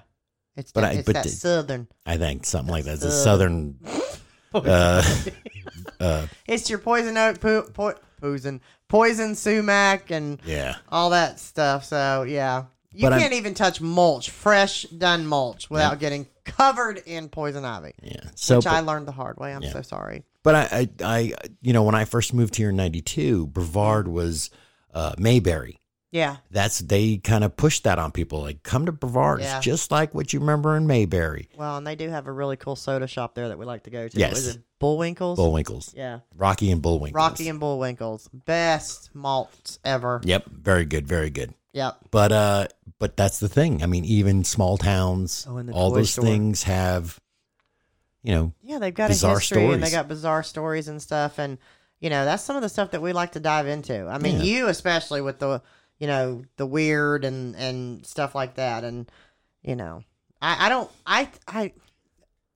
[SPEAKER 2] It's
[SPEAKER 1] But
[SPEAKER 2] that,
[SPEAKER 1] I-
[SPEAKER 2] it's
[SPEAKER 1] but
[SPEAKER 2] that
[SPEAKER 1] the-
[SPEAKER 2] southern.
[SPEAKER 1] I think something like that. It's a
[SPEAKER 2] Southern.
[SPEAKER 1] southern. Uh, uh,
[SPEAKER 2] It's your poison oak, po- po- poison, poison sumac, and
[SPEAKER 1] yeah.
[SPEAKER 2] all that stuff. So yeah, you
[SPEAKER 1] But I'm-
[SPEAKER 2] can't even touch mulch, fresh done mulch, without getting covered in poison ivy.
[SPEAKER 1] Yeah. So,
[SPEAKER 2] which I
[SPEAKER 1] but,
[SPEAKER 2] learned the hard way. I'm so sorry.
[SPEAKER 1] but I, I, I, you know, when I first moved here in '92, Brevard was uh, Mayberry.
[SPEAKER 2] Yeah,
[SPEAKER 1] that's they kind of push that on people like come to brevard
[SPEAKER 2] Yeah.
[SPEAKER 1] it's just like what you remember in mayberry
[SPEAKER 2] well, and they do have a really cool soda shop there that we like to go to.
[SPEAKER 1] Yes.
[SPEAKER 2] What is it Bullwinkles?
[SPEAKER 1] bullwinkles
[SPEAKER 2] yeah,
[SPEAKER 1] rocky and bullwinkles
[SPEAKER 2] Rocky and Bullwinkles, best malts ever.
[SPEAKER 1] yep very good very good
[SPEAKER 2] Yep.
[SPEAKER 1] but uh but that's the thing. I mean, even small towns,
[SPEAKER 2] Oh, and the
[SPEAKER 1] all
[SPEAKER 2] toy
[SPEAKER 1] those
[SPEAKER 2] store.
[SPEAKER 1] things have, you know,
[SPEAKER 2] Yeah, they've got a
[SPEAKER 1] Bizarre
[SPEAKER 2] history and they
[SPEAKER 1] stories.
[SPEAKER 2] got bizarre stories and stuff. And, you know, that's some of the stuff that we like to dive into. I mean,
[SPEAKER 1] Yeah.
[SPEAKER 2] you especially with the, you know, the weird and, and stuff like that. And, you know, I, I don't, I, I,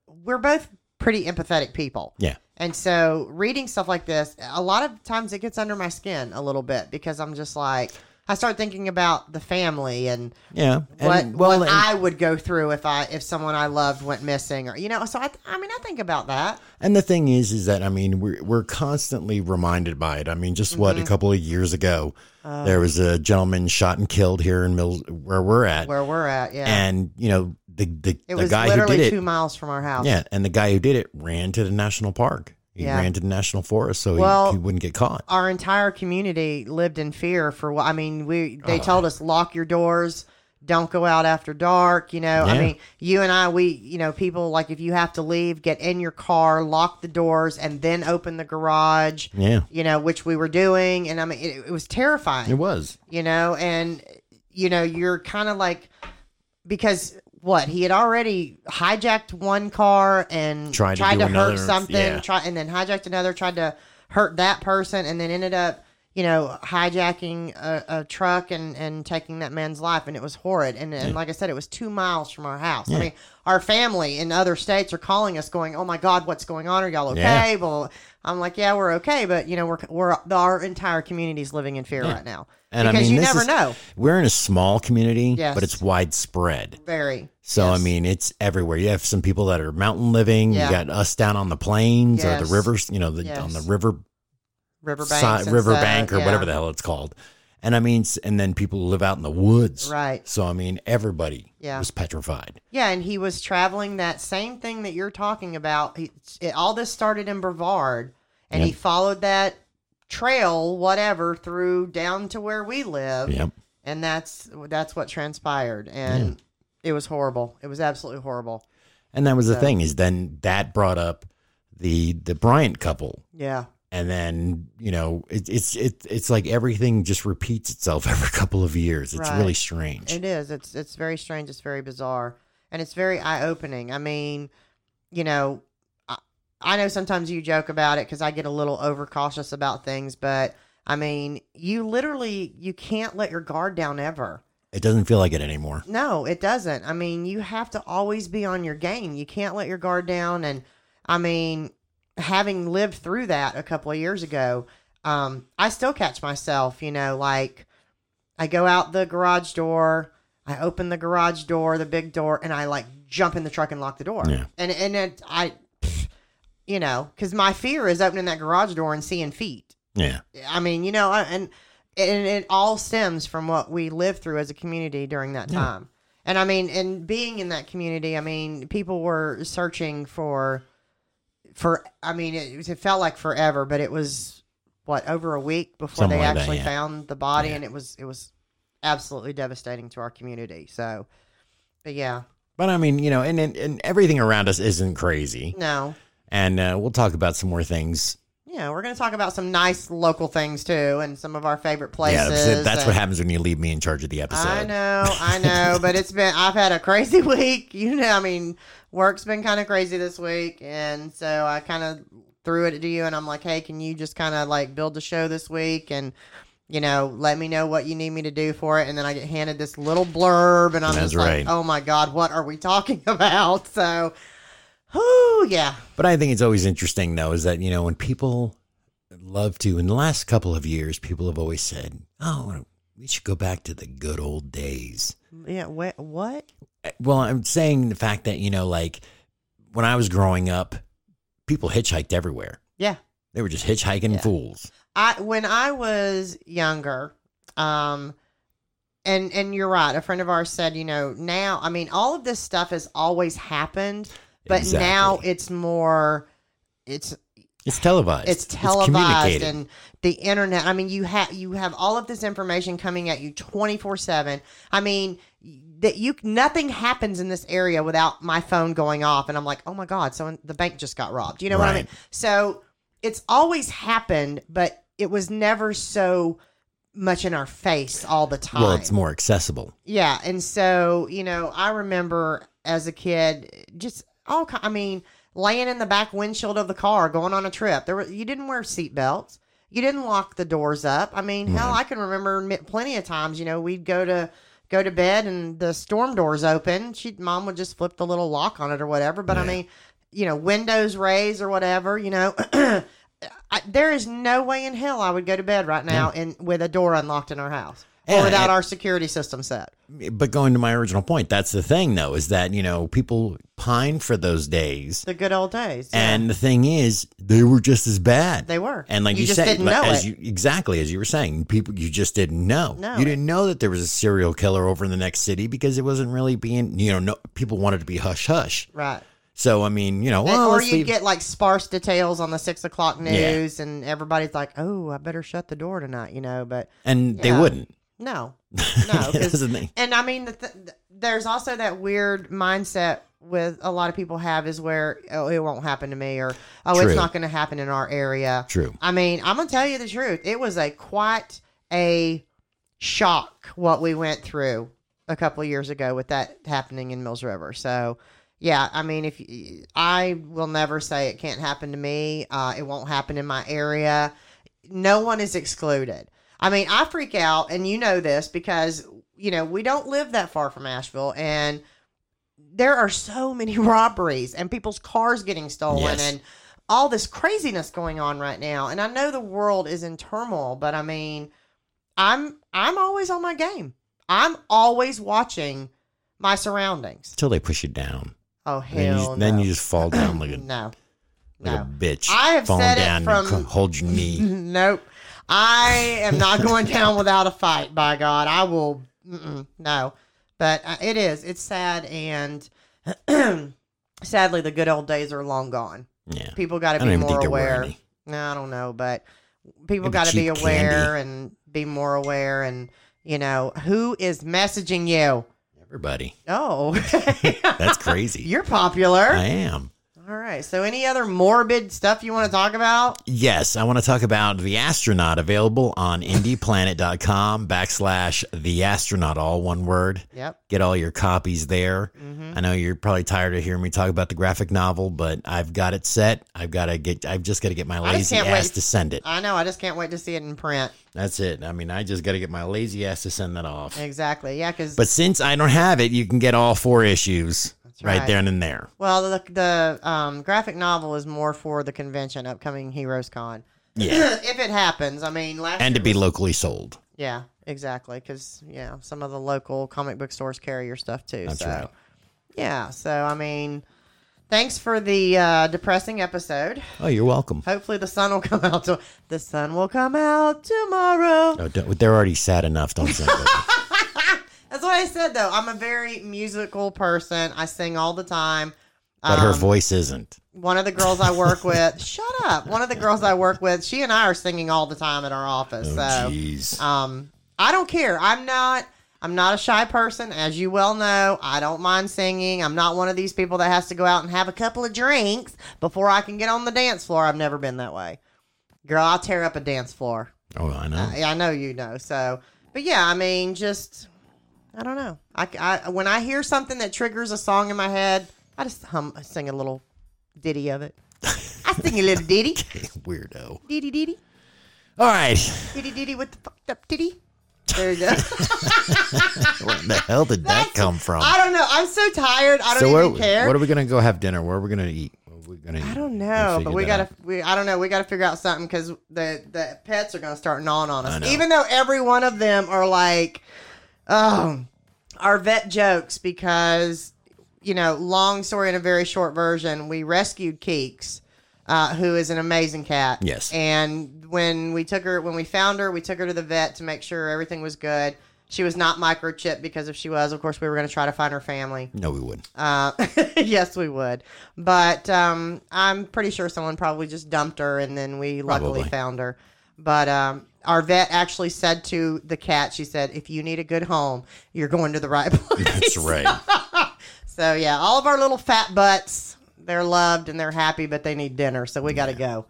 [SPEAKER 2] we're both pretty empathetic people.
[SPEAKER 1] yeah,
[SPEAKER 2] And so reading stuff like this, a lot of times it gets under my skin a little bit because I'm just like, I start thinking about the family and,
[SPEAKER 1] yeah.
[SPEAKER 2] what,
[SPEAKER 1] And, well,
[SPEAKER 2] what
[SPEAKER 1] and-
[SPEAKER 2] I would go through if I if someone I loved went missing or you know so I, I mean I think about that
[SPEAKER 1] And the thing is, is that I mean, we're we're constantly reminded by it. I mean, just what
[SPEAKER 2] Mm-hmm.
[SPEAKER 1] a couple of years ago,
[SPEAKER 2] Oh.
[SPEAKER 1] there was a gentleman shot and killed here in Mills, where we're at,
[SPEAKER 2] where we're at yeah
[SPEAKER 1] and you know the the,
[SPEAKER 2] it
[SPEAKER 1] the
[SPEAKER 2] was
[SPEAKER 1] guy who did
[SPEAKER 2] literally
[SPEAKER 1] it,
[SPEAKER 2] two miles from our house
[SPEAKER 1] yeah, and the guy who did it ran to the national park. He
[SPEAKER 2] Yeah.
[SPEAKER 1] ran to the national forest so
[SPEAKER 2] Well-
[SPEAKER 1] he, he wouldn't get caught.
[SPEAKER 2] our entire community lived in fear for what I mean we they
[SPEAKER 1] Oh.
[SPEAKER 2] told us lock your doors don't go out after dark you know I
[SPEAKER 1] Yeah.
[SPEAKER 2] mean you and I we you know people like if you have to leave get in your car lock the doors and then open the garage
[SPEAKER 1] Yeah,
[SPEAKER 2] you know which we were doing and I mean it, it was terrifying
[SPEAKER 1] it was.
[SPEAKER 2] you know and you know you're kind of like because what he had already hijacked one car and
[SPEAKER 1] Tried to do
[SPEAKER 2] to,
[SPEAKER 1] another,
[SPEAKER 2] hurt something
[SPEAKER 1] yeah.
[SPEAKER 2] try, and then hijacked another tried to hurt that person and then ended up you know hijacking a, a truck and and taking that man's life and it was horrid and, and like i said it was two miles from our house i mean our family in other states are calling us going oh my god what's going on are y'all okay
[SPEAKER 1] Yeah.
[SPEAKER 2] Blah, blah, blah. i'm like yeah we're okay but you know we're, we're our entire community's living in fear right now
[SPEAKER 1] And
[SPEAKER 2] because
[SPEAKER 1] I mean,
[SPEAKER 2] you
[SPEAKER 1] this
[SPEAKER 2] never
[SPEAKER 1] is-
[SPEAKER 2] know.
[SPEAKER 1] We're in a small community,
[SPEAKER 2] Yes.
[SPEAKER 1] but it's widespread.
[SPEAKER 2] Very.
[SPEAKER 1] So
[SPEAKER 2] Yes.
[SPEAKER 1] I mean, it's everywhere. You have some people that are mountain living.
[SPEAKER 2] Yeah.
[SPEAKER 1] You got us down on the plains or
[SPEAKER 2] Yes.
[SPEAKER 1] the rivers. You know, the,
[SPEAKER 2] Yes.
[SPEAKER 1] on the river
[SPEAKER 2] riverbank,
[SPEAKER 1] side, riverbank or whatever the hell it's called. And I mean, s- and then people who live out in the woods.
[SPEAKER 2] Right.
[SPEAKER 1] So I mean, everybody
[SPEAKER 2] Yeah.
[SPEAKER 1] was petrified.
[SPEAKER 2] Yeah, and he was traveling that same thing that you're talking about. He, it, all this started in Brevard, and he
[SPEAKER 1] Yep.
[SPEAKER 2] followed that trail, whatever, through down to where we live,
[SPEAKER 1] Yep.
[SPEAKER 2] and that's that's what transpired, and it was horrible. It was absolutely horrible.
[SPEAKER 1] And that was the thing is then that brought up the the Bryant couple,
[SPEAKER 2] Yeah,
[SPEAKER 1] and then you know it, it's it, it's like everything just repeats itself every couple of years. It's
[SPEAKER 2] Right.
[SPEAKER 1] really strange.
[SPEAKER 2] It is. It's it's very strange. It's very bizarre, and it's very eye opening. I mean, you know, I, I know sometimes you joke about it because I get a little overcautious about things, but I mean, you literally you can't let your guard down ever.
[SPEAKER 1] it doesn't feel like it anymore.
[SPEAKER 2] No, it doesn't. I mean, you have to always be on your game. You can't let your guard down. And I mean, having lived through that a couple of years ago, um, I still catch myself, you know, like I go out the garage door, I open the garage door, the big door, and I like jump in the truck and lock the door.
[SPEAKER 1] Yeah.
[SPEAKER 2] And and it, I, you know, because my fear is opening that garage door and seeing feet.
[SPEAKER 1] Yeah.
[SPEAKER 2] I mean, you know, I- and and it all stems from what we lived through as a community during that time. And I mean, and being in that community, I mean, people were searching for for I mean, it, was- it felt like forever, but it was what over a week before
[SPEAKER 1] Something
[SPEAKER 2] they
[SPEAKER 1] like that,
[SPEAKER 2] actually
[SPEAKER 1] yeah.
[SPEAKER 2] found the body and it was it was absolutely devastating to our community. So but yeah,
[SPEAKER 1] But I mean, you know, and and, and everything around us isn't crazy.
[SPEAKER 2] no.
[SPEAKER 1] And uh, we'll talk about some more things.
[SPEAKER 2] Yeah, we're going to talk about some nice local things too and some of our favorite places.
[SPEAKER 1] yeah, that's, that's what
[SPEAKER 2] and-
[SPEAKER 1] happens when you leave me in charge of the episode.
[SPEAKER 2] I know, I know, but it's been I've had a crazy week. You know, I mean, work's been kind of crazy this week, and so I kind of threw it to you, and I'm like, hey, can you just kind of like build the show this week, and you know, let me know what you need me to do for it, and then I get handed this little blurb, and I'm
[SPEAKER 1] That's
[SPEAKER 2] just
[SPEAKER 1] right.
[SPEAKER 2] like, oh my god, what are we talking about? So, whoo, yeah,
[SPEAKER 1] But I think it's always interesting, though, is that, you know, when people love to, in the last couple of years, people have always said, oh, we should go back to the good old days. Eh,
[SPEAKER 2] yeah, wh- what?
[SPEAKER 1] Well, I'm saying the fact that, you know, like when I was growing up, people hitchhiked everywhere.
[SPEAKER 2] Yeah,
[SPEAKER 1] They were just hitchhiking fools.
[SPEAKER 2] I when I was younger, um, and and you're right. A friend of ours said, you know, now I mean, all of this stuff has always happened, but
[SPEAKER 1] Exactly.
[SPEAKER 2] now it's more, it's
[SPEAKER 1] It's televised.
[SPEAKER 2] it's televised
[SPEAKER 1] communicated.
[SPEAKER 2] and the internet. I mean, you have you have all of this information coming at you twenty four seven. I mean, that you nothing happens in this area without my phone going off, and I'm like, oh my god, so the bank just got robbed. You know what I mean?
[SPEAKER 1] Right.
[SPEAKER 2] So it's always happened, but it was never so much in our face all the time.
[SPEAKER 1] Well, it's more accessible.
[SPEAKER 2] Yeah, and so you know, I remember as a kid, just all ki- I mean, laying in the back windshield of the car going on a trip. There were you didn't wear seatbelts, you didn't lock the doors up. I mean, hell, I can remember mi- plenty of times. You know, we'd go to go to bed and the storm doors open. She mom would just flip the little lock on it or whatever. But I
[SPEAKER 1] Yeah.
[SPEAKER 2] mean, you know, windows raised or whatever. You know. I, there is no way in hell I would go to bed right now and with a door unlocked in our house or
[SPEAKER 1] Yeah,
[SPEAKER 2] without
[SPEAKER 1] I-
[SPEAKER 2] our security system set.
[SPEAKER 1] But going to my original point, that's the thing though, is that, you know, people pine for those days.
[SPEAKER 2] The good old days. yeah.
[SPEAKER 1] And the thing is, they were just as bad.
[SPEAKER 2] They were.
[SPEAKER 1] And like
[SPEAKER 2] You
[SPEAKER 1] you,
[SPEAKER 2] just
[SPEAKER 1] said,
[SPEAKER 2] didn't
[SPEAKER 1] like,
[SPEAKER 2] know
[SPEAKER 1] as
[SPEAKER 2] it.
[SPEAKER 1] you exactly as you were saying, people you just didn't know.
[SPEAKER 2] No.
[SPEAKER 1] You didn't know that there was a serial killer over in the next city because it wasn't really being, you know, no, people wanted to be hush hush.
[SPEAKER 2] right.
[SPEAKER 1] So I mean, you know,
[SPEAKER 2] And-
[SPEAKER 1] well,
[SPEAKER 2] or
[SPEAKER 1] let's
[SPEAKER 2] you
[SPEAKER 1] leave-
[SPEAKER 2] get like sparse details on the six o'clock news, and everybody's like, "Oh, I better shut the door tonight," you know. But
[SPEAKER 1] and they
[SPEAKER 2] Yeah.
[SPEAKER 1] wouldn't.
[SPEAKER 2] no, no. 'cause-
[SPEAKER 1] That's the thing.
[SPEAKER 2] and I mean, the th- th- there's also that weird mindset with a lot of people have is where oh, it won't happen to me, or oh, it's
[SPEAKER 1] True.
[SPEAKER 2] not going to happen in our area.
[SPEAKER 1] True.
[SPEAKER 2] I mean, I'm gonna tell you the truth. It was a quite a shock what we went through a couple of years ago with that happening in Mills River. So, yeah, I mean, if you, I will never say it can't happen to me, uh, it won't happen in my area. No one is excluded. I mean, I freak out, and you know this because you know we don't live that far from Asheville, and there are so many robberies and people's cars getting stolen
[SPEAKER 1] Yes.
[SPEAKER 2] and all this craziness going on right now. And I know the world is in turmoil, but I mean, I'm I'm always on my game. I'm always watching my surroundings.
[SPEAKER 1] Until they push you down.
[SPEAKER 2] Oh
[SPEAKER 1] And then, you
[SPEAKER 2] hell
[SPEAKER 1] just, then
[SPEAKER 2] no.
[SPEAKER 1] you just fall down like a,
[SPEAKER 2] no.
[SPEAKER 1] like a
[SPEAKER 2] No.
[SPEAKER 1] bitch.
[SPEAKER 2] I have
[SPEAKER 1] fall
[SPEAKER 2] said it
[SPEAKER 1] down
[SPEAKER 2] from-
[SPEAKER 1] and c- hold your knee.
[SPEAKER 2] nope. I am not going down without a fight. By God, I will. Mm-mm, no, but uh, it is. It's sad, and sadly, the good old days are long gone.
[SPEAKER 1] Yeah.
[SPEAKER 2] People
[SPEAKER 1] I
[SPEAKER 2] got to
[SPEAKER 1] don't
[SPEAKER 2] be
[SPEAKER 1] even think
[SPEAKER 2] more
[SPEAKER 1] there were
[SPEAKER 2] aware.
[SPEAKER 1] any.
[SPEAKER 2] No, I don't know, but people
[SPEAKER 1] Maybe
[SPEAKER 2] got to be
[SPEAKER 1] cheap candy.
[SPEAKER 2] aware and be more aware, and you know who is messaging you.
[SPEAKER 1] Everybody.
[SPEAKER 2] Oh,
[SPEAKER 1] That's crazy.
[SPEAKER 2] you're popular.
[SPEAKER 1] I am.
[SPEAKER 2] All right. So, any other morbid stuff you want to talk about?
[SPEAKER 1] Yes, I want to talk about The Astronaut available on indieplanet.com backslash The Astronaut, all one word.
[SPEAKER 2] Yep.
[SPEAKER 1] Get all your copies there.
[SPEAKER 2] hmm
[SPEAKER 1] I know you're probably tired of hearing me talk about the graphic novel, but I've got it set. I've got to get, I've just got to get my
[SPEAKER 2] I just
[SPEAKER 1] lazy
[SPEAKER 2] can't
[SPEAKER 1] ass
[SPEAKER 2] wait.
[SPEAKER 1] to send it.
[SPEAKER 2] I know. I just can't wait to see it in print.
[SPEAKER 1] That's it. I mean, I just got to get my lazy ass to send that off.
[SPEAKER 2] Exactly. Yeah, because
[SPEAKER 1] But since I don't have it, you can get all four issues
[SPEAKER 2] That's
[SPEAKER 1] right,
[SPEAKER 2] right.
[SPEAKER 1] there and in there.
[SPEAKER 2] well, the the um, graphic novel is more for the convention upcoming Heroes Con.
[SPEAKER 1] Yeah.
[SPEAKER 2] if it happens, I mean, last
[SPEAKER 1] and to
[SPEAKER 2] year
[SPEAKER 1] be
[SPEAKER 2] was-
[SPEAKER 1] locally sold.
[SPEAKER 2] yeah, exactly, because yeah, some of the local comic book stores carry your stuff too.
[SPEAKER 1] That's
[SPEAKER 2] so
[SPEAKER 1] right.
[SPEAKER 2] yeah, so I mean, thanks for the uh, depressing episode.
[SPEAKER 1] Oh, you're welcome.
[SPEAKER 2] Hopefully, the sun will come out. To- the sun will come out tomorrow.
[SPEAKER 1] Oh, don't, they're already sad enough. Don't send it.
[SPEAKER 2] That's what I said though. I'm a very musical person. I sing all the time.
[SPEAKER 1] But her
[SPEAKER 2] Um,
[SPEAKER 1] voice isn't.
[SPEAKER 2] one of the girls I work with, shut up. One of the girls I work with, she and I are singing all the time at our office. so,
[SPEAKER 1] Oh, jeez.
[SPEAKER 2] um, I don't care. I'm not. I'm not a shy person, as you well know. I don't mind singing. I'm not one of these people that has to go out and have a couple of drinks before I can get on the dance floor. I've never been that way. Girl, I'll tear up a dance floor.
[SPEAKER 1] oh, I know.
[SPEAKER 2] I, I know you know. So, but yeah, I mean, just I don't know. I, I- when I hear something that triggers a song in my head, I just hum, sing a little ditty of it. I sing a little ditty,
[SPEAKER 1] Weirdo.
[SPEAKER 2] ditty ditty,
[SPEAKER 1] All right.
[SPEAKER 2] ditty ditty with the fucked up titty. There you go.
[SPEAKER 1] Where the hell did that come from?
[SPEAKER 2] I don't know. I'm so tired. I don't
[SPEAKER 1] so
[SPEAKER 2] even
[SPEAKER 1] where,
[SPEAKER 2] care.
[SPEAKER 1] what are we gonna go have dinner? Where are we gonna eat? What are we gonna
[SPEAKER 2] I don't know, but we gotta. We I don't know. We gotta figure out something because the the pets are gonna start gnawing on
[SPEAKER 1] I
[SPEAKER 2] us.
[SPEAKER 1] know.
[SPEAKER 2] Even though every one of them are like, um, our vet jokes because you know. Long story in a very short version. We rescued Keeks, uh, who is an amazing cat.
[SPEAKER 1] Yes.
[SPEAKER 2] And when we took her, when we found her, we took her to the vet to make sure everything was good. She was not microchipped because if she was, of course, we were gonna try to find her family.
[SPEAKER 1] No, we wouldn't.
[SPEAKER 2] Uh, yes, we would. But um, I'm pretty sure someone probably just dumped her and then we luckily
[SPEAKER 1] Probably.
[SPEAKER 2] found her. But um, our vet actually said to the cat, she said, if you need a good home, you're going to the right place.
[SPEAKER 1] That's right.
[SPEAKER 2] So, yeah, all of our little fat butts, they're loved and they're happy, but they need dinner. So we got to go.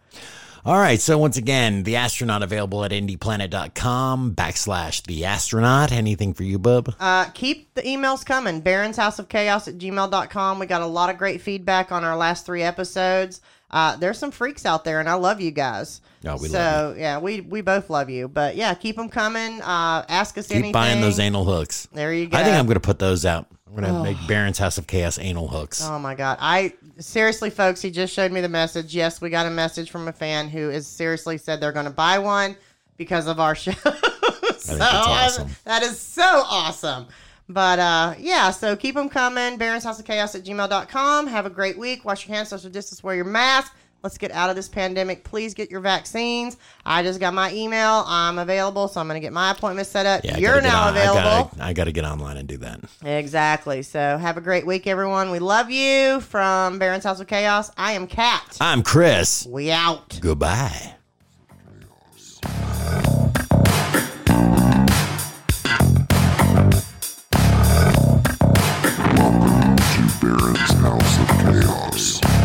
[SPEAKER 1] All right. So once again, the astronaut available at indieplanet.com backslash the astronaut. Anything for you, bub?
[SPEAKER 2] Uh, keep the emails coming. Baron's House of Chaos at gmail.com. We got a lot of great feedback on our last three episodes. Uh, there's some freaks out there, and I love you guys.
[SPEAKER 1] Oh, we
[SPEAKER 2] so,
[SPEAKER 1] love
[SPEAKER 2] yeah, we, we both love you. But yeah, keep them coming. Uh, ask us anything.
[SPEAKER 1] Keep buying those anal hooks.
[SPEAKER 2] there you go.
[SPEAKER 1] I think I'm going to put those out. I'm going to make Baron's House of Chaos anal hooks.
[SPEAKER 2] Oh my god. I seriously folks, he just showed me the message. Yes, we got a message from a fan who is seriously said they're going to buy one because of our show. so
[SPEAKER 1] that's
[SPEAKER 2] I-
[SPEAKER 1] awesome.
[SPEAKER 2] that is so awesome. But uh, yeah, so keep them coming. Baron's House of Chaos at gmail.com. Have a great week. Wash your hands, social distance, wear your mask. Let's get out of this pandemic. Please get your vaccines. I just got my email. I'm available, so I'm going to get my appointment set up.
[SPEAKER 1] Yeah, I gotta
[SPEAKER 2] You're
[SPEAKER 1] get
[SPEAKER 2] now
[SPEAKER 1] on-
[SPEAKER 2] available.
[SPEAKER 1] I gotta, I gotta get online and do that.
[SPEAKER 2] Exactly. So have a great week, everyone. We love you from Baron's House of Chaos. I am Kat.
[SPEAKER 1] I'm Chris.
[SPEAKER 2] We out.
[SPEAKER 1] Goodbye.
[SPEAKER 3] Welcome to Baron's House of Chaos.